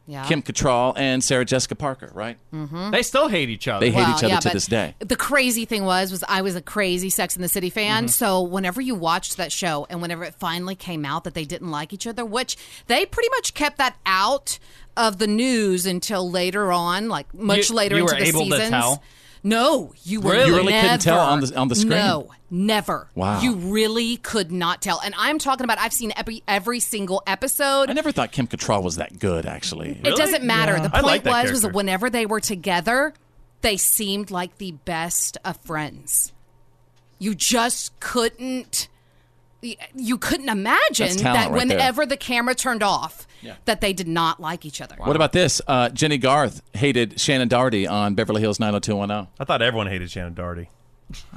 Yeah. kim Cattrall and sarah jessica parker right Mm-hmm. They still hate each other. they hate Well, each other yeah, to but this day The crazy thing was, was I was a crazy Sex and the City fan. Mhm. So whenever you watched that show, and whenever it finally came out that they didn't like each other, which they pretty much kept that out of the news until later on, like much You- later you into were the able to seasons. tell? No, you were Really? You really couldn't tell never- on the- on the screen? No, never. Wow. you really could not tell. And I'm talking about I've seen every every single episode. i never thought kim Cattrall was that good actually It doesn't matter. The point was was that that whenever they were together, they seemed like the best of friends. You just couldn't you couldn't imagine That's that talent right there. whenever the camera turned off that they did not like each other. What about this? Uh, Jenny Garth hated Shannon Doherty on Beverly Hills 90210. I thought everyone hated Shannon Doherty.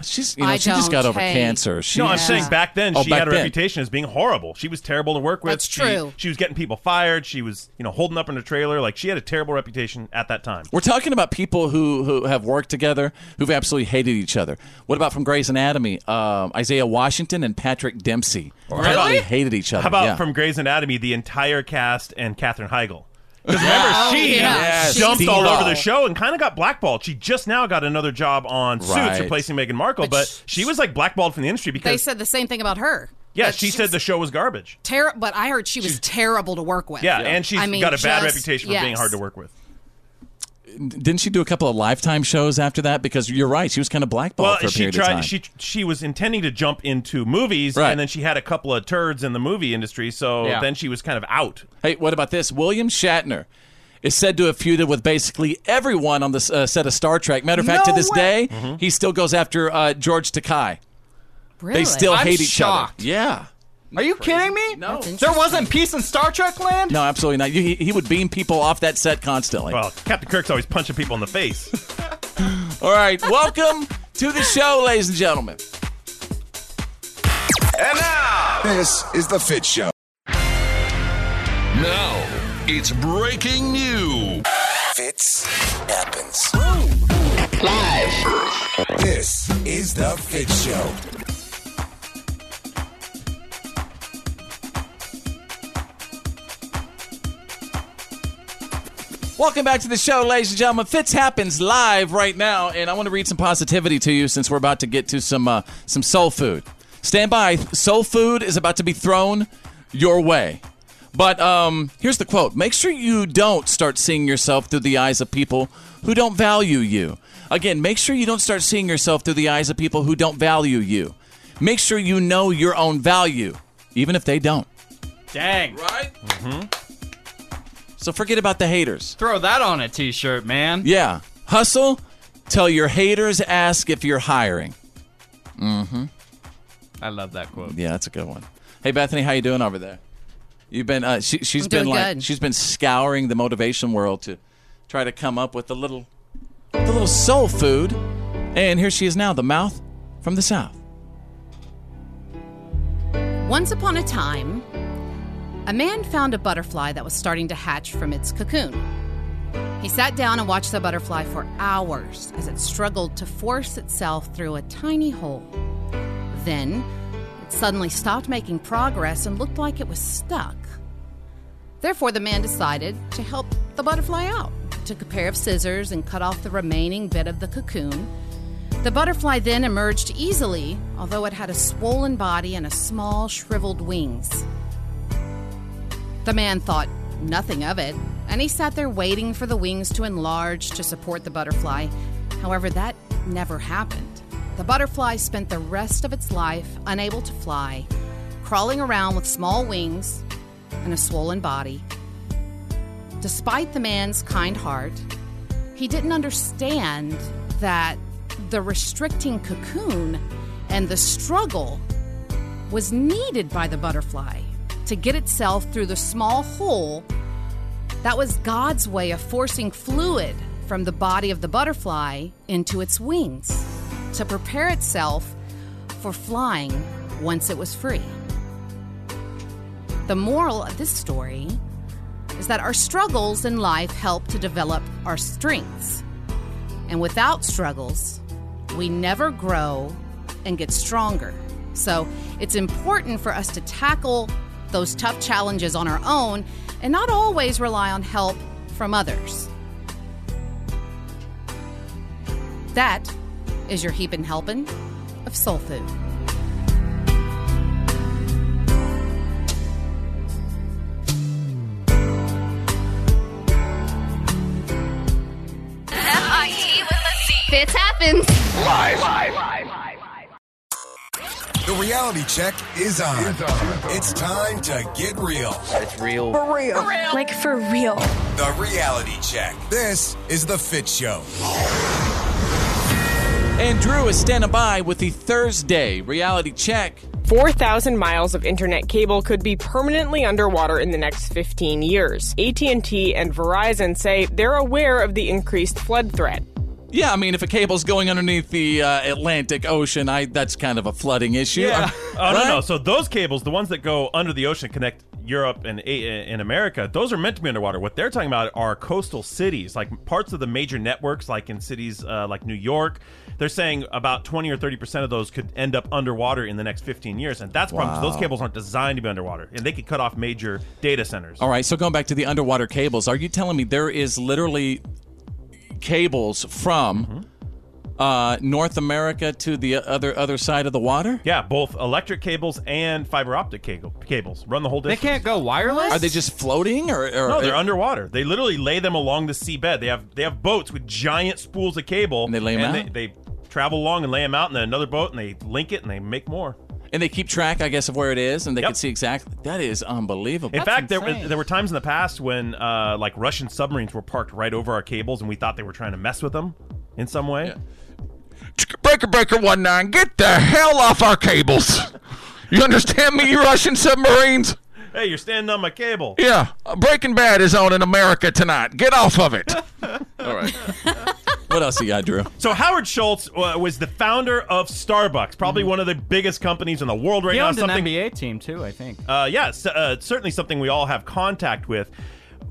She's, you know, I she just don't. got over Hey. cancer. She- no, I'm Yeah. saying back then Oh, she back had a then. reputation as being horrible. She was terrible to work with. That's She- true. She, was getting people fired. She was, you know, holding up in a trailer. Like she had a terrible reputation at that time. We're talking about people who, who have worked together who've absolutely hated each other. What about from Grey's Anatomy? Um, Isaiah Washington and Patrick Dempsey Really? absolutely hated each other. How about yeah. from Grey's Anatomy, the entire cast and Katherine Heigl? Because Oh, remember, she yeah. Yes. jumped She all did. over the show and kind of got blackballed. She just now got another job on Suits Right. replacing Meghan Markle, but, she was like blackballed from the industry They because, said the same thing about her. yeah, she said the show was garbage. Ter- but I heard she was terrible to work with. Yeah, and she's I mean, got a bad just- reputation for being yes. hard to work with. Didn't she do a couple of lifetime shows after that? Because you're right, she was kind of blackballed Well, for a she period of time. tried. She she was intending to jump into movies, and then she had a couple of turds in the movie industry. So Yeah. then she was kind of out. Hey, what about this? William Shatner is said to have feuded with basically everyone on the uh, set of Star Trek. Matter of fact, No to this way. day, Mhm. he still goes after uh, George Takai. Really? They still I'm hate each shocked. other. Yeah. Are you kidding me? No. There wasn't peace in Star Trek land? No, absolutely not. You, he, he would beam people off that set constantly. Well, Captain Kirk's always punching people in the face. All right, welcome to the show, ladies and gentlemen. And now, this is The Fit Show. Now, it's breaking news. Fits happens. Live. This is The Fit Show. Welcome back to the show, ladies and gentlemen. Fitz happens live right now, and I want to read some positivity to you since we're about to get to some uh, some soul food. Stand by, soul food is about to be thrown your way. But um, here's the quote: Make sure you don't start seeing yourself through the eyes of people who don't value you. Again, make sure you don't start seeing yourself through the eyes of people who don't value you. Make sure you know your own value, even if they don't. Dang. Right? So forget about the haters. Throw that on a t shirt, man. Yeah. Hustle, tell your haters, ask if you're hiring. Mm-hmm. I love that quote. Yeah, that's a good one. Hey, Bethany, how you doing over there? You've been uh, she, she's I'm been doing like good. she's been scouring the motivation world to try to come up with a little with a little soul food, and here she is now, the mouth from the south. Once upon a time, a man found a butterfly that was starting to hatch from its cocoon. He sat down and watched the butterfly for hours as it struggled to force itself through a tiny hole. Then, it suddenly stopped making progress and looked like it was stuck. Therefore, the man decided to help the butterfly out. Took a pair of scissors and cut off the remaining bit of the cocoon. The butterfly then emerged easily, although it had a swollen body and a small, shriveled wings. The man thought nothing of it, and he sat there waiting for the wings to enlarge to support the butterfly. However, that never happened. The butterfly spent the rest of its life unable to fly, crawling around with small wings and a swollen body. Despite the man's kind heart, he didn't understand that the restricting cocoon and the struggle was needed by the butterfly to get itself through the small hole that was God's way of forcing fluid from the body of the butterfly into its wings to prepare itself for flying once it was free. The moral of this story is that our struggles in life help to develop our strengths. And without struggles, we never grow and get stronger. So it's important for us to tackle those tough challenges on our own and not always rely on help from others. That is your heapin' helpin' of soul food. E F-I-T with a Z. Fits happens. Live. The reality check is on. It's time to get real. It's real. For real. Like for real. The reality check. This is The Fit Show. And Drew is standing by with the Thursday reality check. 4,000 miles of internet cable could be permanently underwater in the next 15 years. AT&T and Verizon say they're aware of the increased flood threat. Yeah, I mean, if a cable's going underneath the uh, Atlantic Ocean, I that's kind of a flooding issue. Oh no, no. So those cables, the ones that go under the ocean, connect Europe and A- and America. Those are meant to be underwater. What they're talking about are coastal cities, like parts of the major networks, like in cities uh, like New York. They're saying about twenty or thirty percent of those could end up underwater in the next fifteen years, and that's problems. Wow. Those cables aren't designed to be underwater, and they could cut off major data centers. All right, so going back to the underwater cables, are you telling me there is literally cables from uh, North America to the other other side of the water? Yeah, both electric cables and fiber optic cable, cables run the whole distance. They can't go wireless. Are they just floating or, or no? They're underwater. They literally lay them along the seabed. They have they have boats with giant spools of cable, and they lay 'em They, travel along and lay them out in another boat, and they link it and they make more. and they keep track, I guess, of where it is, and they can see exactly. That is unbelievable. In fact, there there were times in the past when uh, like Russian submarines were parked right over our cables, and we thought they were trying to mess with them in some way. Breaker Breaker One Nine, get the hell off our cables. You understand me, you Russian submarines? Hey, you're standing on my cable. Yeah, Breaking Bad is on in America tonight. Get off of it. All right. what else you got, Drew? So Howard Schultz uh, was the founder of Starbucks, probably one of the biggest companies in the world right he now. owned an Something NBA team too, I think. Uh, yeah, s- uh, certainly something we all have contact with.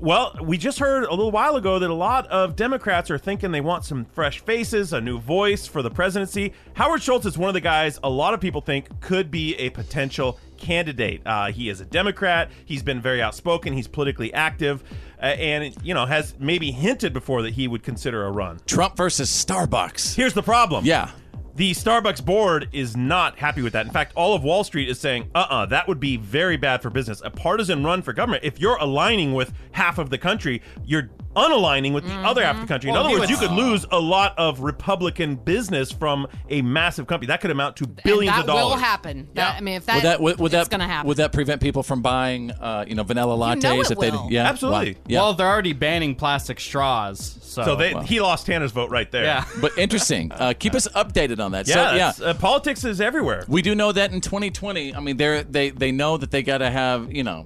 Well, we just heard a little while ago that a lot of Democrats are thinking they want some fresh faces, a new voice for the presidency. Howard Schultz is one of the guys a lot of people think could be a potential candidate. Uh, he is a Democrat. He's been very outspoken. He's politically active, uh, and you know has maybe hinted before that he would consider a run. Trump versus Starbucks. Here's the problem. Yeah. The Starbucks board is not happy with that. In fact, all of Wall Street is saying, uh uh that would be very bad for business. A partisan run for government, if you're aligning with half of the country, you're unaligning with the other half of the country. In Well, other he words, you would- could lose a lot of Republican business from a massive company. That could amount to billions that of dollars. will happen. That, I mean, if that, would that would, would it's that going to happen. would that prevent people from buying uh, you know vanilla lattes know it if they will. yeah Absolutely. why- yeah. Well, they're already banning plastic straws, so, So they, he lost Tanner's vote right there. Yeah. but interesting. Uh, keep us updated on that. Yeah, so, yeah. that's- uh, politics is everywhere. We do know that in 2020, I mean, they they they know that they got to have you know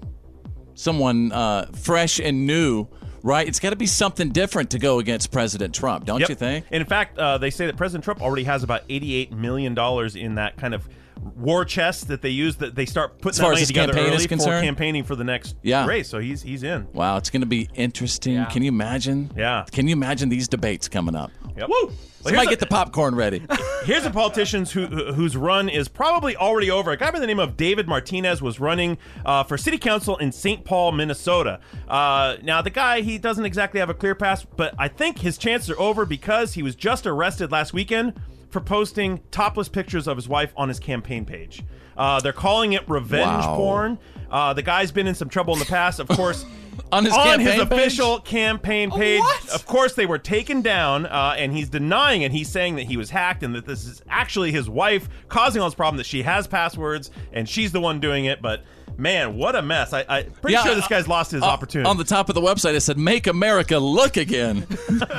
someone uh, fresh and new, right? It's got to be something different to go against President Trump, don't Yep. you think? And in fact, uh, they say that President Trump already has about $88 million in that kind of war chest that they use that they start putting As that far as money his together campaign is early for concerned? campaigning for the next Yeah. race. So he's he's in. Wow, it's going to be interesting. Can you imagine? Yeah. Can you imagine these debates coming up? Yep. Woo! Somebody might get the popcorn ready. Here's a politician who, whose run is probably already over. A guy by the name of David Martinez was running uh, for city council in St. Paul, Minnesota. Uh, now, the guy, he doesn't exactly have a clear pass, but I think his chances are over because he was just arrested last weekend for posting topless pictures of his wife on his campaign page. Uh, they're calling it revenge Wow. porn. Uh, the guy's been in some trouble in the past, of course. On his campaign page? official campaign page. Of course, they were taken down, uh, and he's denying it. He's saying that he was hacked and that this is actually his wife causing all this problem. That she has passwords and she's the one doing it. But man, what a mess! I, I pretty Yeah, sure this guy's lost his uh, opportunity. On the top of the website, it said, Make America Look Again.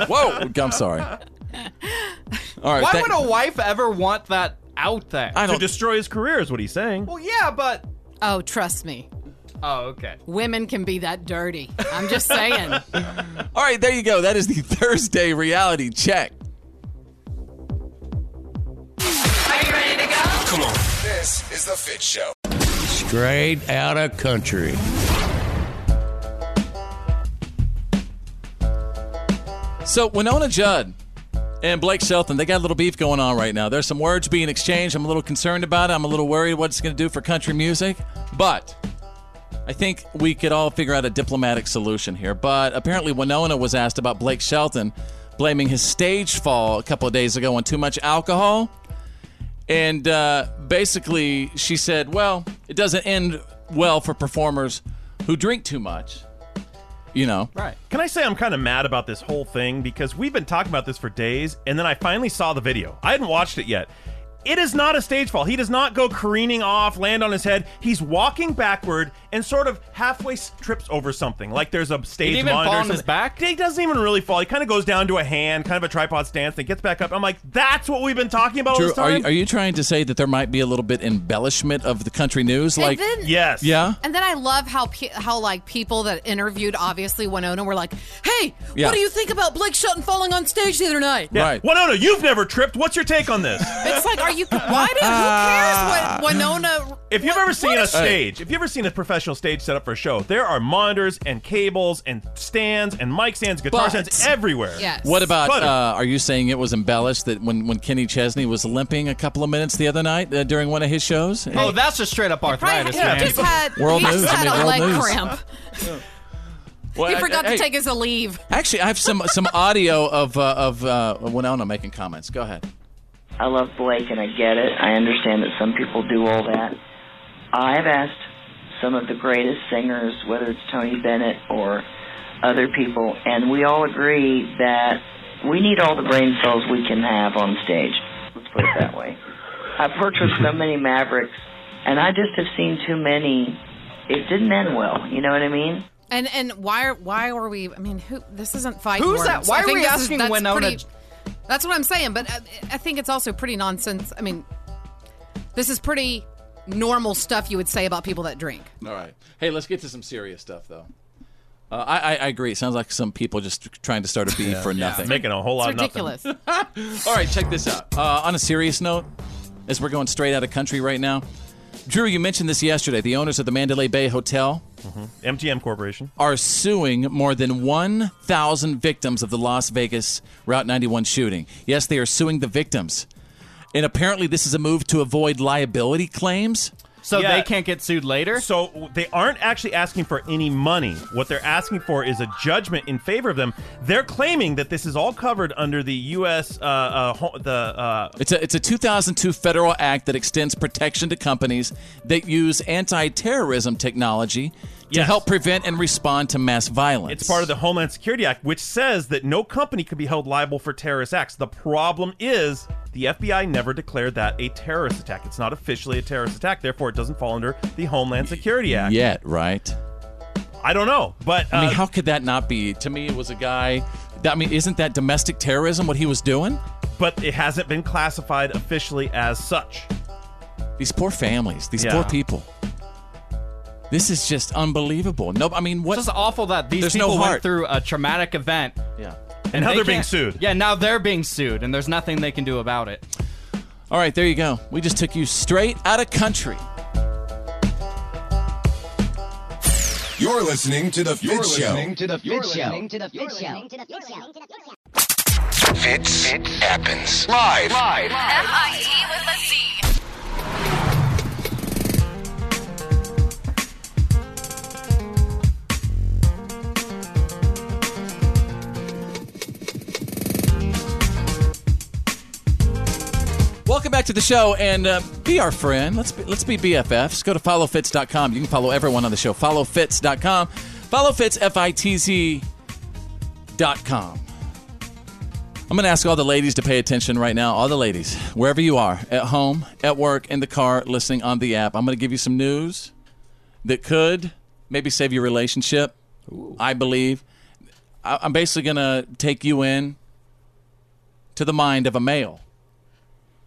Whoa. I'm sorry. All right. Why thank- would a wife ever want that out there? I don't- to destroy his career is what he's saying. Well, yeah, but Oh, trust me. oh, okay. Women can be that dirty. I'm just saying. All right, there you go. That is the Thursday reality check. Come on. This is The Fit Show. Straight out of country. So Winona Judd and Blake Shelton, they got a little beef going on right now. There's some words being exchanged. I'm a little concerned about it. I'm a little worried what it's going to do for country music. But I think we could all figure out a diplomatic solution here. But apparently Winona was asked about Blake Shelton blaming his stage fall a couple of days ago on too much alcohol. And uh, basically, she said, well, it doesn't end well for performers who drink too much. You know, Right. Can I say I'm kind of mad about this whole thing because we've been talking about this for days, and then I finally saw the video. I hadn't watched it yet. It is not a stage fall. He does not go careening off, land on his head. He's walking backward and sort of halfway s- trips over something. Like there's a stage even monitor. fall or on his something. He doesn't even really fall. He kind of goes down to a hand, kind of a tripod stance, and gets back up. I'm like, that's what we've been talking about all Drew, this are time. you, are you trying to say that there might be a little bit embellishment of the country news? And Like, then- yes, yeah. And then I love how pe- how like people that interviewed obviously Winona were like, "Hey, Yeah. what do you think about Blake Shelton falling on stage the other night?" yeah. Well, no, no, you've never tripped. What's your take on this? It's like, are you? Why did? Uh, Who cares what Winona? If you've ever seen what a is- stage, if you've ever seen a professional stage set up for a show, there are monitors and cables and stands and mic stands, guitar But- stands everywhere. What about? But- Uh, are you saying it was embellished that when, when Kenny Chesney was limping a couple of minutes the other night uh, during one of his shows? Oh, that's just straight up arthritis, He man. just had, World he just news, I had mean, a world leg news. cramp. Well, he I- forgot hey, to take his leave. Actually, I have some some audio of uh, of uh, Winona making comments. Go ahead. I love Blake and I get it. I understand that some people do all that. I've asked some of the greatest singers, whether it's Tony Bennett or other people, and we all agree that we need all the brain cells we can have on stage. Let's put it that way. I've worked with so many Mavericks, and I just have seen too many. It didn't end well. You know what I mean? And and why are why are we? I mean, who? This isn't fight. Who's words. that- why I are think we this is- asking that's Winona- pretty- that's what I'm saying, but I, I think it's also pretty nonsense. I mean, this is pretty normal stuff you would say about people that drink. All right. Hey, let's get to some serious stuff though. Uh, I, I I agree. It sounds like some people just trying to start a beef for nothing, making a whole It's ridiculous. All right, check this out. Uh, on a serious note, as we're going straight out of country right now, Drew, you mentioned this yesterday. The owners of the Mandalay Bay Hotel MGM Corporation are suing more than 1,000 victims of the Las Vegas Route 91 shooting. Yes, they are suing the victims. And apparently, this is a move to avoid liability claims. So Yeah. they can't get sued later? So they aren't actually asking for any money. What they're asking for is a judgment in favor of them. They're claiming that this is all covered under the U.S. Uh, uh, ho- the uh, It's a, it's a 2002 federal act that extends protection to companies that use anti terrorism technology to help prevent and respond to mass violence. It's part of the Homeland Security Act, which says that no company can be held liable for terrorist acts. The problem is the FBI never declared that a terrorist attack. It's not officially a terrorist attack, therefore it doesn't fall under the Homeland Security Act. Yet, right? I don't know, but I mean, uh, how could that not be? To me, it was a guy. That, I mean, isn't that domestic terrorism what he was doing? But it hasn't been classified officially as such. These poor families, these Yeah. poor people. This is just unbelievable. No, I mean, what? It's just awful that these There's no people heart. went through a traumatic event. Yeah. And now they they're being can't- sued. Yeah, now they're being sued, and there's nothing they can do about it. All right, there you go. We just took you straight out of country. You're listening to the Fit You're Show. listening to The Fit You're Show. listening to the Fit Show. Fits, happens live. Live. F-I-T E with a C. Welcome back to the show and uh, be our friend. Let's be, let's be BFFs. Go to followfits.com. You can follow everyone on the show. Followfits.com. Follow Fitz, F I T Z dot com. I'm going to ask all the ladies to pay attention right now. All the ladies, wherever you are, at home, at work, in the car, listening on the app, I'm going to give you some news that could maybe save your relationship. I believe. I- I'm basically going to take you in to the mind of a male.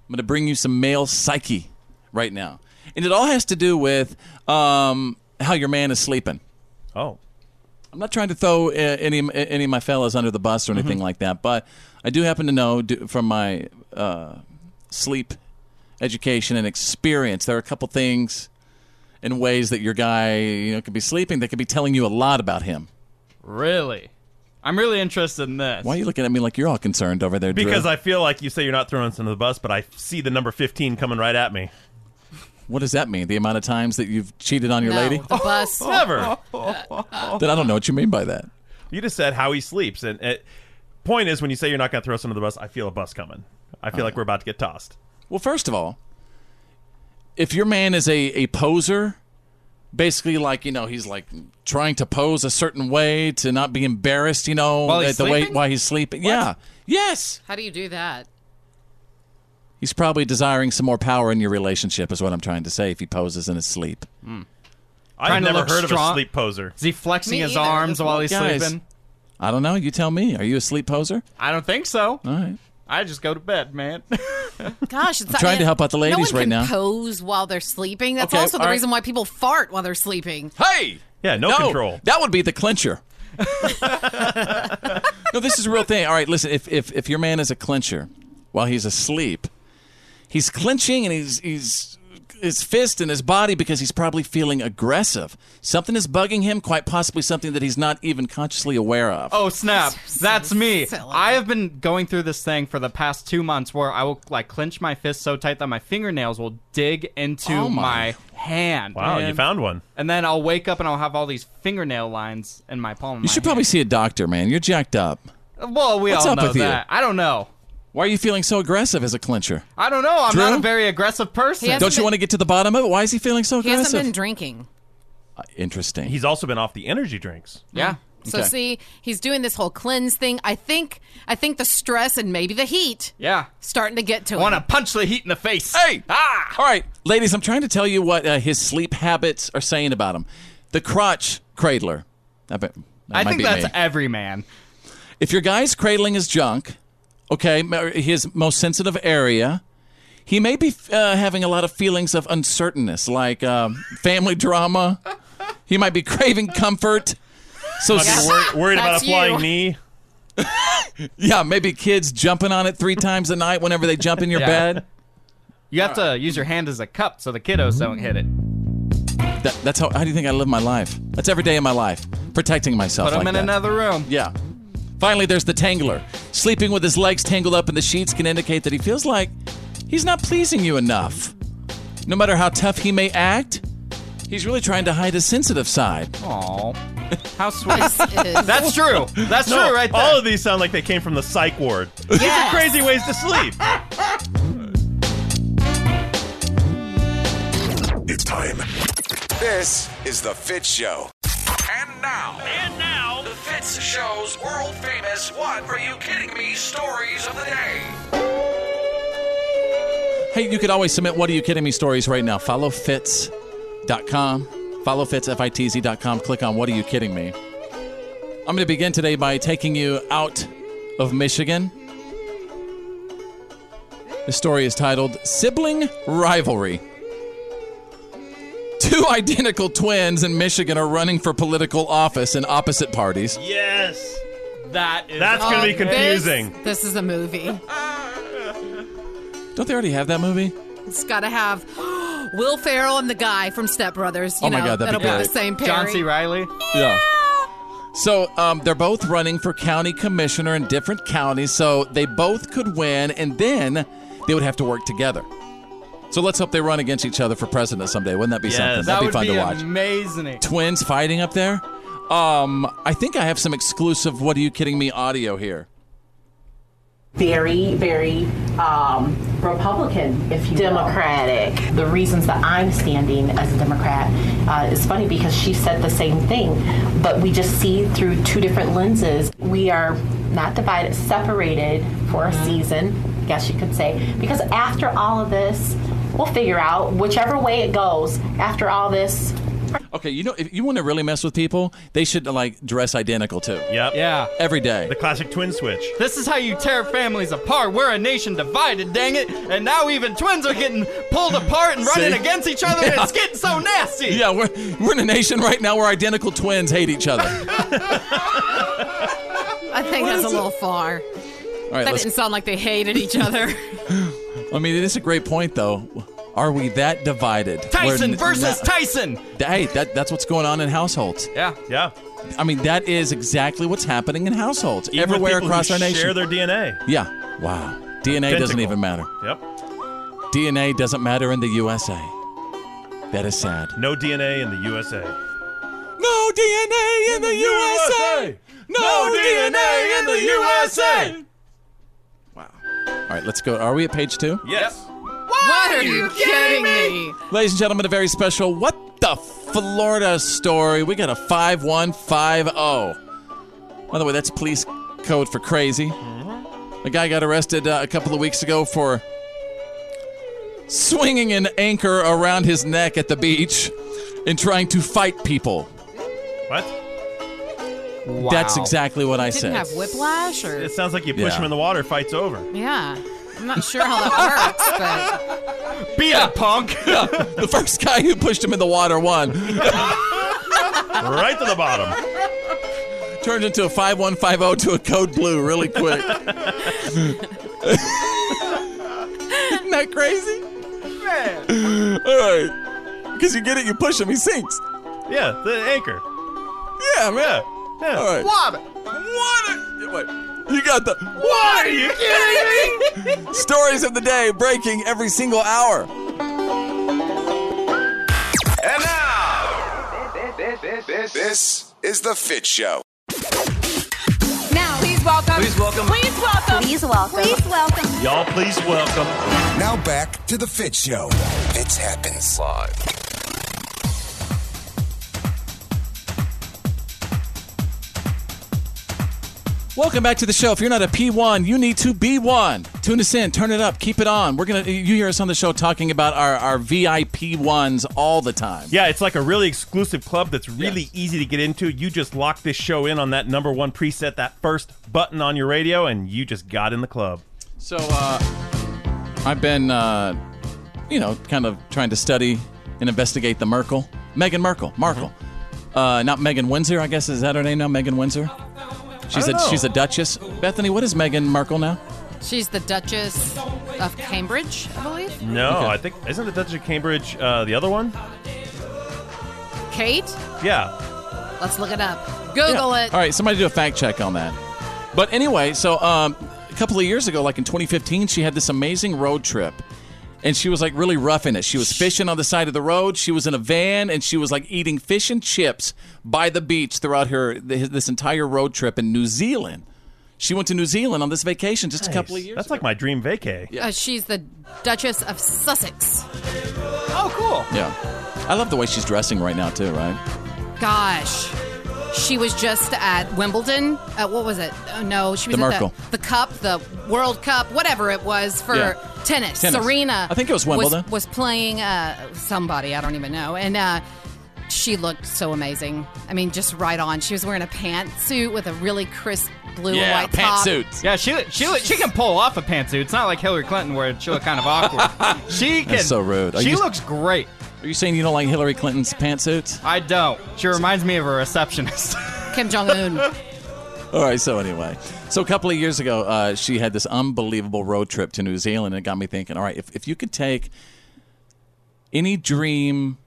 I'm going to bring you some male psyche right now. And it all has to do with um, how your man is sleeping. Oh. I'm not trying to throw uh, any any of my fellas under the bus or Mm-hmm. anything like that, but I do happen to know do, from my uh, sleep education and experience, there are a couple things and ways that your guy you know, could be sleeping that could be telling you a lot about him. Really? I'm really interested in this. Why are you looking at me like you're all concerned over there? Drew? Because I feel like you say you're not throwing us under the bus, but I see the number 15 coming right at me. what does that mean? The amount of times that you've cheated on your No, lady? The bus. Oh. Never. Then I don't know what you mean by that. You just said how he sleeps. And it, point is, when you say you're not going to throw us under the bus, I feel a bus coming. I Oh. feel like we're about to get tossed. Well, first of all, if your man is a, a poser, basically like, you know, he's like trying to pose a certain way to not be embarrassed, you know, While he's at the way sleeping? while he's sleeping. Yeah. Yes. How do you do that? He's probably desiring some more power in your relationship is what I'm trying to say if he poses in his sleep. I've Trying to never look heard of a strong. sleep poser. Is he flexing Me his either. arms while he's Guys, sleeping? I don't know, you tell me. Are you a sleep poser? I don't think so. All right. I just go to bed, man. Gosh, it's I'm trying to help out the no ladies one right can now. Pose while they're sleeping. That's Okay, also the all right. reason why people fart while they're sleeping. Hey! Yeah, no, control. That would be the clincher. no, this is a real thing. All right, listen, if, if if your man is a clincher while he's asleep, he's clinching and he's he's his fist in his body because he's probably feeling aggressive. Something is bugging him, quite possibly something that he's not even consciously aware of. Oh snap! That's me. I have been going through this thing for the past two months where I will like clench my fist so tight that my fingernails will dig into Oh, my. my. hand. Wow, you man. found one. And then I'll wake up and I'll have all these fingernail lines in my palm. of You my should probably see a doctor, man. You're jacked up. hand. Well, we What's all up know with you? that. I don't know. Why are you feeling so aggressive as a clincher? I don't know. I'm Drew? not a very aggressive person. Don't you want to get to the bottom of it? Why is he feeling so He hasn't aggressive? Uh, been drinking. Interesting. He's also been off the energy drinks. Yeah. So see, he's doing this whole cleanse thing. I think I think the stress and maybe the heat Yeah. starting to get to Want to him. punch the heat in the face? Hey! Ah! All right, ladies, I'm trying to tell you what uh, his sleep habits are saying about him. The crotch cradler. I, bet, that I might think be that's me. every man. If your guy's cradling his junk, okay, m- his most sensitive area, he may be uh, having a lot of feelings of uncertainness, like um, family drama. He might be craving comfort. So Might be wor- worried about a flying knee. yeah, maybe kids jumping on it three times a night whenever they jump in your Yeah. bed. You have to use your hand as a cup so the kiddos Mm-hmm. don't hit it. That, that's how. How do you think I live my life? That's every day of my life, protecting myself. Put them like in that. another room. Yeah. Finally, there's the tangler. Sleeping with his legs tangled up in the sheets can indicate that he feels like he's not pleasing you enough. No matter how tough he may act, he's really trying to hide his sensitive side. Aw. How sweet. That's true. That's No, true right there. All of these sound like they came from the psych ward. These are crazy ways to sleep. It's time. This is the Fit Show. And now, and now, the Fitz Show's world famous What Are You Kidding Me stories of the day. Hey, you could always submit What Are You Kidding Me stories right now. Follow fits.com. Follow fits, F I T Z.com. Click on What Are You Kidding Me. I'm going to begin today by taking you out of Michigan. The story is titled Sibling Rivalry. Two identical twins in Michigan are running for political office in opposite parties. Yes. That is That's gonna be Oh, confusing. This, this is a movie. Don't they already have that movie? It's got to have Will Ferrell and the guy from Step Brothers. You Oh my know, God, that'd that'll be the great. same pairing. John C. Riley. Yeah. So um, they're both running for county commissioner in different counties, so they both could win, and then they would have to work together. So let's hope they run against each other for president someday. Wouldn't that be something? That'd that be would fun be to watch. amazing. Twins fighting up there. Um, I think I have some exclusive. What are you kidding me? Audio here. very, very um, Republican, if you Democratic. The reasons that I'm standing as a Democrat uh, is funny because she said the same thing, but we just see through two different lenses. We are not divided, separated for a season, I guess you could say, because after all of this, we'll figure out whichever way it goes. After all this, Okay, you know, if you want to really mess with people, they should like dress identical too. Yep. Yeah. Every day. The classic twin switch. This is how you tear families apart. We're a nation divided, dang it. And now even twins are getting pulled apart and running See? against each other, and Yeah. it's getting so nasty. Yeah, we're, we're in a nation right now where identical twins hate each other. I think that's a little far. All right, that let's- didn't sound like they hated each other. I mean, it is a great point, though. Are we that divided? Tyson We're n- versus not- Tyson. Hey, that, that's what's going on in households. Yeah. Yeah. I mean, that is exactly what's happening in households Even with everywhere people across who our nation. Share their DNA. yeah. Wow. DNA doesn't Identical. even matter. Yep. DNA doesn't matter in the USA. That is sad. No DNA in the USA. No DNA in the USA. No DNA in the USA. All right, let's go. Are we at page two? Yes. What are you kidding me? Ladies and gentlemen, a very special What the Florida Story. We got a 5150. oh. By the way, that's police code for crazy. Mm-hmm. A guy got arrested uh, a couple of weeks ago for swinging an anchor around his neck at the beach and trying to fight people. What? That's exactly what I Didn't said. have whiplash or It sounds like you push Yeah. him in the water, fight's over. yeah. I'm not sure how that works, but Be a punk. the first guy who pushed him in the water won. right to the bottom. Turned into a 5150 to a code blue really quick. Isn't that crazy? All right. Because you get it, you push him, he sinks. Yeah, the anchor. Yeah, man. Yeah. All right. Water. You got the. What are you kidding me? Stories of the day breaking every single hour. And now, this is The Fit Show. Now, please welcome. Please welcome. Please welcome. Please welcome. Please welcome. Y'all, please welcome. Now back to The Fit Show. Fits happens live. Welcome back to the show. If you're not a P1, you need to be one. Tune us in, turn it up, keep it on. We're gonna you hear us on the show talking about our, our VIP ones all the time. Yeah, it's like a really exclusive club that's really easy to get into. You just lock this show in on that number one preset, that first button on your radio, and you just got in the club. So uh, I've been uh, you know, kind of trying to study and investigate the Merkel. Megan Merkel, Merkel. Mm-hmm. Uh, not Megan Windsor, I guess is that her name now, Megan Windsor? She's I a don't know. she's a duchess. Bethany, what is Megan Merkel now? she's the Duchess of Cambridge, I believe. No, I think isn't the Duchess of Cambridge uh, the other one? Kate? Yeah. Let's look it up. Google Yeah. it. All right, somebody do a fact check on that. But anyway, so um, a couple of years ago, like in 2015, she had this amazing road trip. And she was like really roughing it. She was fishing on the side of the road. She was in a van and she was like eating fish and chips by the beach throughout her th- this entire road trip in New Zealand. She went to New Zealand on this vacation just a couple of years. That's like my dream vacay. Uh, she's the Duchess of Sussex. Oh, cool. Yeah, I love the way she's dressing right now too. Right? Gosh. She was just at Wimbledon. Uh, what was it? Oh, no, she was The at Merkel. the, the Cup, the World Cup, whatever it was for Yeah. tennis. Tennis. Serena. I think it was Wimbledon. Was, was playing uh, somebody, I don't even know. And uh, she looked so amazing. I mean, just right on. She was wearing a pantsuit with a really crisp blue and white top. Yeah, she she she can pull off a pantsuit. It's not like Hillary Clinton where she looked kind of awkward. she can. That's so rude. Are she you- looks great. Are you saying you don't like Hillary Clinton's pantsuits? I don't. She reminds me of a receptionist. Kim Jong Un. All right. So anyway, so a couple of years ago, uh, she had this unbelievable road trip to New Zealand, and it got me thinking. All right, if if you could take any dream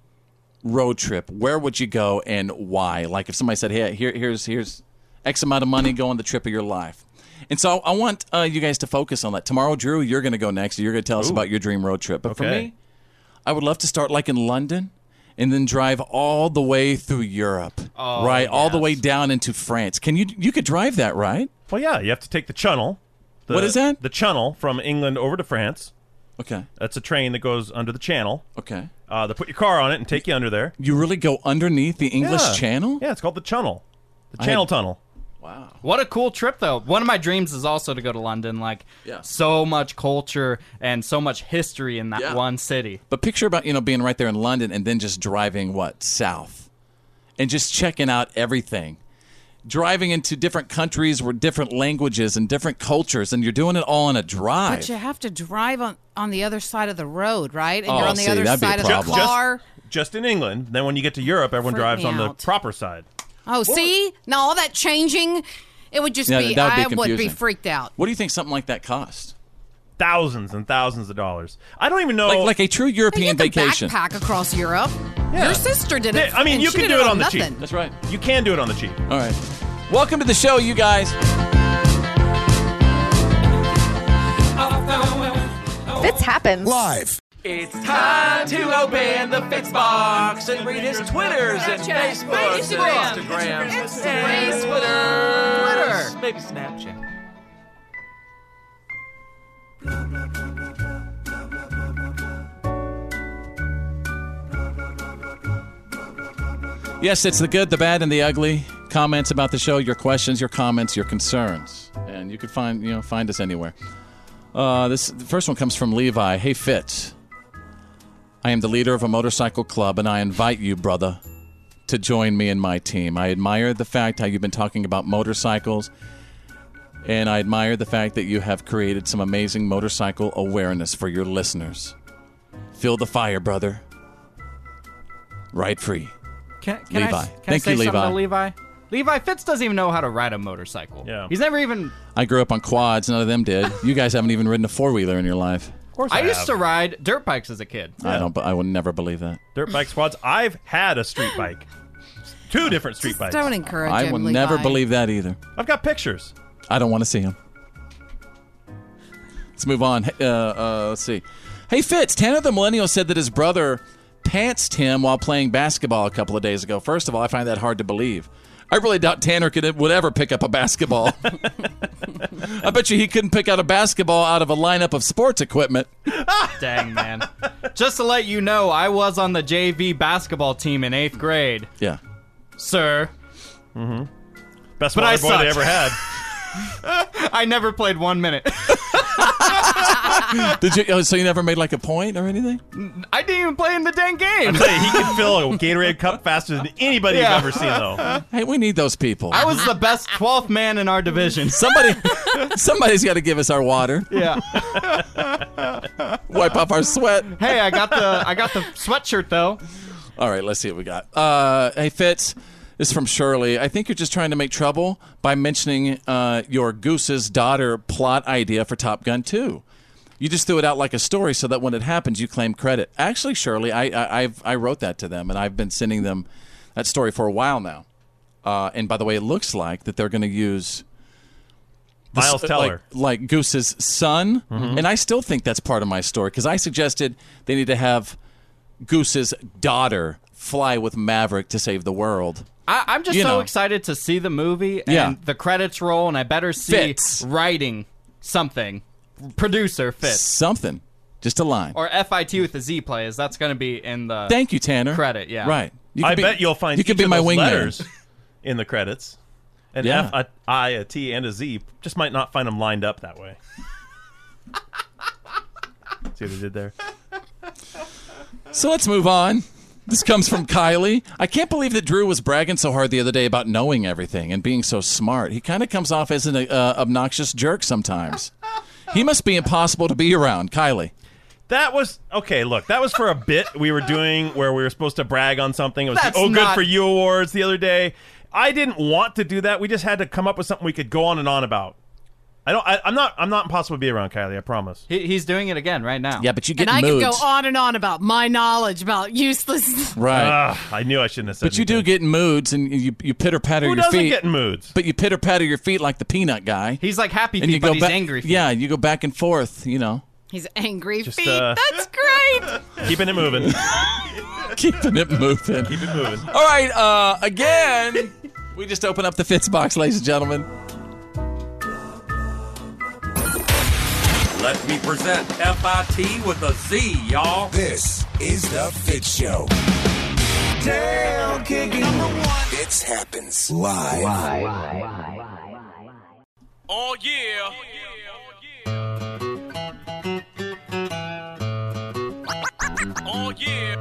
road trip, where would you go and why? Like if somebody said, "Hey, here, here's here's X amount of money, go on the trip of your life." And so I want uh, you guys to focus on that. Tomorrow, Drew, you're going to go next. You're going to tell us Ooh. about your dream road trip. But for Okay. me, I would love to start like in London and then drive all the way through Europe, Oh, right? All the way down into France. Can you you could drive that, right? Well, yeah, you have to take the Channel. The, What is that? The Channel from England over to France. Okay. That's a train that goes under the Channel. Okay. Uh, they put your car on it and take you under there. You really go underneath the English Yeah. Channel? Yeah, it's called the Channel. The I Channel had- Tunnel. Wow. What a cool trip, though. One of my dreams is also to go to London. Like, Yeah. so much culture and so much history in that Yeah. one city. But picture about you know being right there in London and then just driving what south, and just checking out everything, driving into different countries with different languages and different cultures, and you're doing it all on a drive. But you have to drive on, on the other side of the road, right? And Oh, you're on see, the other that'd be a side of the problem. Just- car. Just in England. Then when you get to Europe, everyone Freak drives me on the out. proper side. Oh, see? Now all that changing, it would just Yeah, be, that would be I would be confusing. freaked out. what do you think something like that costs? Thousands and thousands of dollars. I don't even know. Like, like a true European vacation. Backpack across Europe. Yeah. Your sister did it. I mean, and you she can did do it on, the nothing. cheap. That's right. You can do it on the cheap. All right. Welcome to the show, you guys. Fitz happens. Live. It's time to open the Fitz box and read his Twitters and Facebooks and Instagrams. Instagram. Twitter. Twitter. Maybe Snapchat. Yes, it's the good, the bad, and the ugly. Comments about the show, your questions, your comments, your concerns, and you can find you know find us anywhere. Uh, this the first one comes from Levi. Hey Fitz, I am the leader of a motorcycle club, and I invite you, brother, to join me and my team. I admire the fact how you've been talking about motorcycles, and I admire the fact that you have created some amazing motorcycle awareness for your listeners. Feel the fire, brother. Ride free. Can, can Levi. I, s- can Thank I say you, something Levi. to Levi? Levi Fitz doesn't even know how to ride a motorcycle. Yeah. He's never even. I grew up on quads. None of them did. You guys haven't even ridden a four wheeler in your life. I, used to ride dirt bikes as a kid. I don't. I would never believe that. Dirt bike squads. I've had a street bike. Two different street bikes. Don't encourage I him, will Levi. never believe that either. I've got pictures. I don't want to see him. Let's move on. Hey, Uh, uh, let's see. Hey Fitz, Tanner the Millennial said that his brother pantsed him while playing basketball a couple of days ago. First of all, I find that hard to believe. I really doubt Tanner could would ever pick up a basketball. I bet you he couldn't pick out a basketball out of a lineup of sports equipment. Dang, man. Just to let you know, I was on the JV basketball team in eighth grade, Yeah. sir. Mm-hmm. Best But water I boy sucked. they ever had. I never played one minute. Did you? oh, So you never made like a point or anything? I didn't even play in the dang I game. tell you, he can fill a Gatorade cup faster than anybody Yeah. I've ever seen, though. Hey, we need those people. I was the best 12th man in our division. Somebody, somebody's got to give us our water. Yeah. Wipe off our sweat. Hey, I got the I got the sweatshirt though. All right, let's see what we got. Uh, hey, Fitz, this is from Shirley. I think you're just trying to make trouble by mentioning uh, your Goose's daughter plot idea for Top Gun 2. You just threw it out like a story so that when it happens, you claim credit. Actually, Shirley, I, I, I've, I wrote that to them, and I've been sending them that story for a while now. Uh, and by the way, it looks like that they're going to use the s- uh, Miles Teller. Mm-hmm. like, like Goose's son, and I still think that's part of my story because I suggested they need to have Goose's daughter fly with Maverick to save the world. I, I'm just You so know. excited to see the movie and Yeah. the credits roll, and I better see Fitz. writing something, producer Fitz Something, just a line. or FIT with the Z plays. That's going to be in the Thank you, Tanner. Credit, yeah. Right. You could I be- bet you'll find you could each be of my those wingman. letters in the credits. An Yeah. F, a I, a T, and a Z. Just might not find them lined up that way. See what I did there? So let's move on. This comes from Kylie. I can't believe that Drew was bragging so hard the other day about knowing everything and being so smart. He kind of comes off as an uh, obnoxious jerk sometimes. He must be impossible to be around, Kylie. That was okay. Look, that was for a bit we were doing where we were supposed to brag on something. It was That's the Oh Good not- for You Awards the other day. I didn't want to do that. We just had to come up with something we could go on and on about. I don't. I, I'm not. I'm not impossible to be around, Kylie. I promise. He, he's doing it again right now. Yeah, but you and I could go on and on about my knowledge about useless. Right. Ugh, I knew I shouldn't have said. But you do get in moods, and you, you pitter patter Who your doesn't feet. get in moods? But you pitter patter your feet like the peanut guy. He's like happy and feet, you go but he's ba- angry feet. Yeah, you go back and forth. You know, He's angry Just, feet. uh, That's great. keeping it moving. keeping it moving. Keep it moving. All right. Uh, again, we just open up the Fitz box, ladies and gentlemen. Let me present FIT with a Z, y'all. This is the Fit Show. Down kicking. It happens live. Oh yeah. Oh yeah.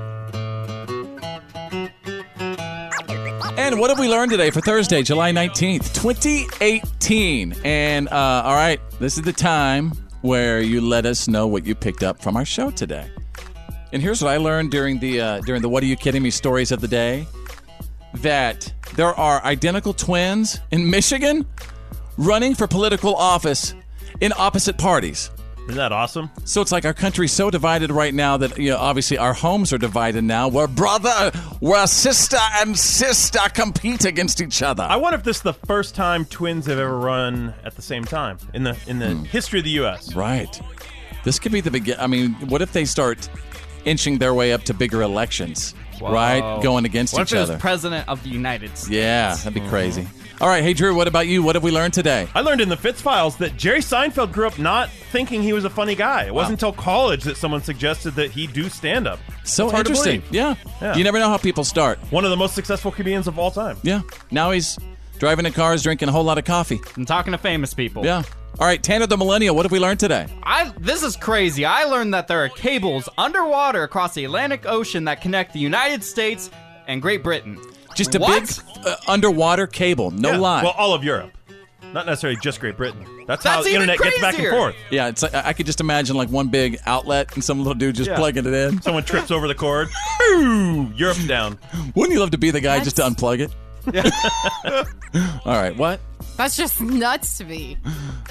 And what have we learned today for Thursday, July 19th, 2018? And uh, all right, this is the time where you let us know what you picked up from our show today. And here's what I learned during the uh, during the What Are You Kidding Me stories of the day that there are identical twins in Michigan running for political office in opposite parties. Isn't that awesome? So it's like our country's so divided right now that you know obviously our homes are divided now. We're brother, we're sister and sister compete against each other. I wonder if this is the first time twins have ever run at the same time in the in Hmm. the history of the U.S. Right. This could be the begin. I mean, what if they start inching their way up to bigger elections? Right, going against Oh. what each if it was other. President of the United States. yeah, that'd be crazy. All right, hey Drew, what about you? What have we learned today? I learned in the Fitz files that Jerry Seinfeld grew up not thinking he was a funny guy. It wasn't until college that someone suggested that he do stand up. So interesting. Yeah. You never know how people start. One of the most successful comedians of all time. Yeah. Now he's driving in cars, drinking a whole lot of coffee. And talking to famous people. Yeah. All right, Tanner the Millennial, what have we learned today? I this is crazy. I learned that there are cables underwater across the Atlantic Ocean that connect the United States and Great Britain. Just a What? big uh, underwater cable. No Yeah. lie. Well, all of Europe, not necessarily just Great Britain. That's, how That's the even internet gets back and crazier. forth. Yeah, it's like, I I could just imagine like one big outlet and some little dude just Yeah. plugging it in. Someone trips over the cord. Ooh, Europe's down. Wouldn't you love to be the guy just to unplug it? All right, what? That's just nuts to me.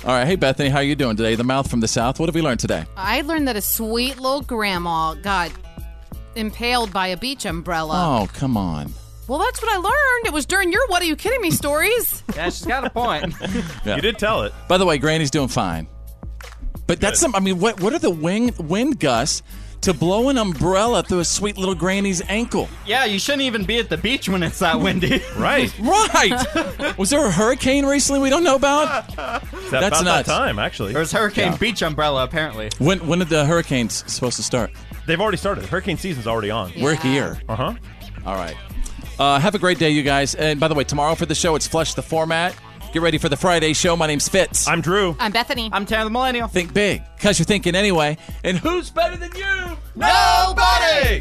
All right, hey Bethany, how you doing today? The mouth from the south. What have we learned today? I learned that a sweet little grandma got impaled by a beach umbrella. Oh, come on. Well, that's what I learned. It was during your What Are You Kidding Me stories. yeah, she's got a point. You did tell it. By the way, Granny's doing fine. But that's some. I mean, what what are the wing, wind gusts to blow an umbrella through a sweet little Granny's ankle? Yeah, you shouldn't even be at the beach when it's that windy. Right. Right. Was there a hurricane recently we don't know about? That's nuts. actually. There's Hurricane Yeah. Beach Umbrella, apparently. When when are the hurricanes supposed to start? They've already started. Hurricane season's already on. We're here. Uh huh. All right. Uh, have a great day, you guys. And by the way, tomorrow for the show, it's Flush the Format. Get ready for the Friday show. My name's Fitz. I'm Drew. I'm Bethany. I'm Tanner the Millennial. Think big, because you're thinking anyway. And who's better than you? Nobody.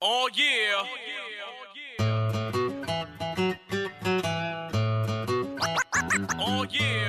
Oh yeah. Oh yeah.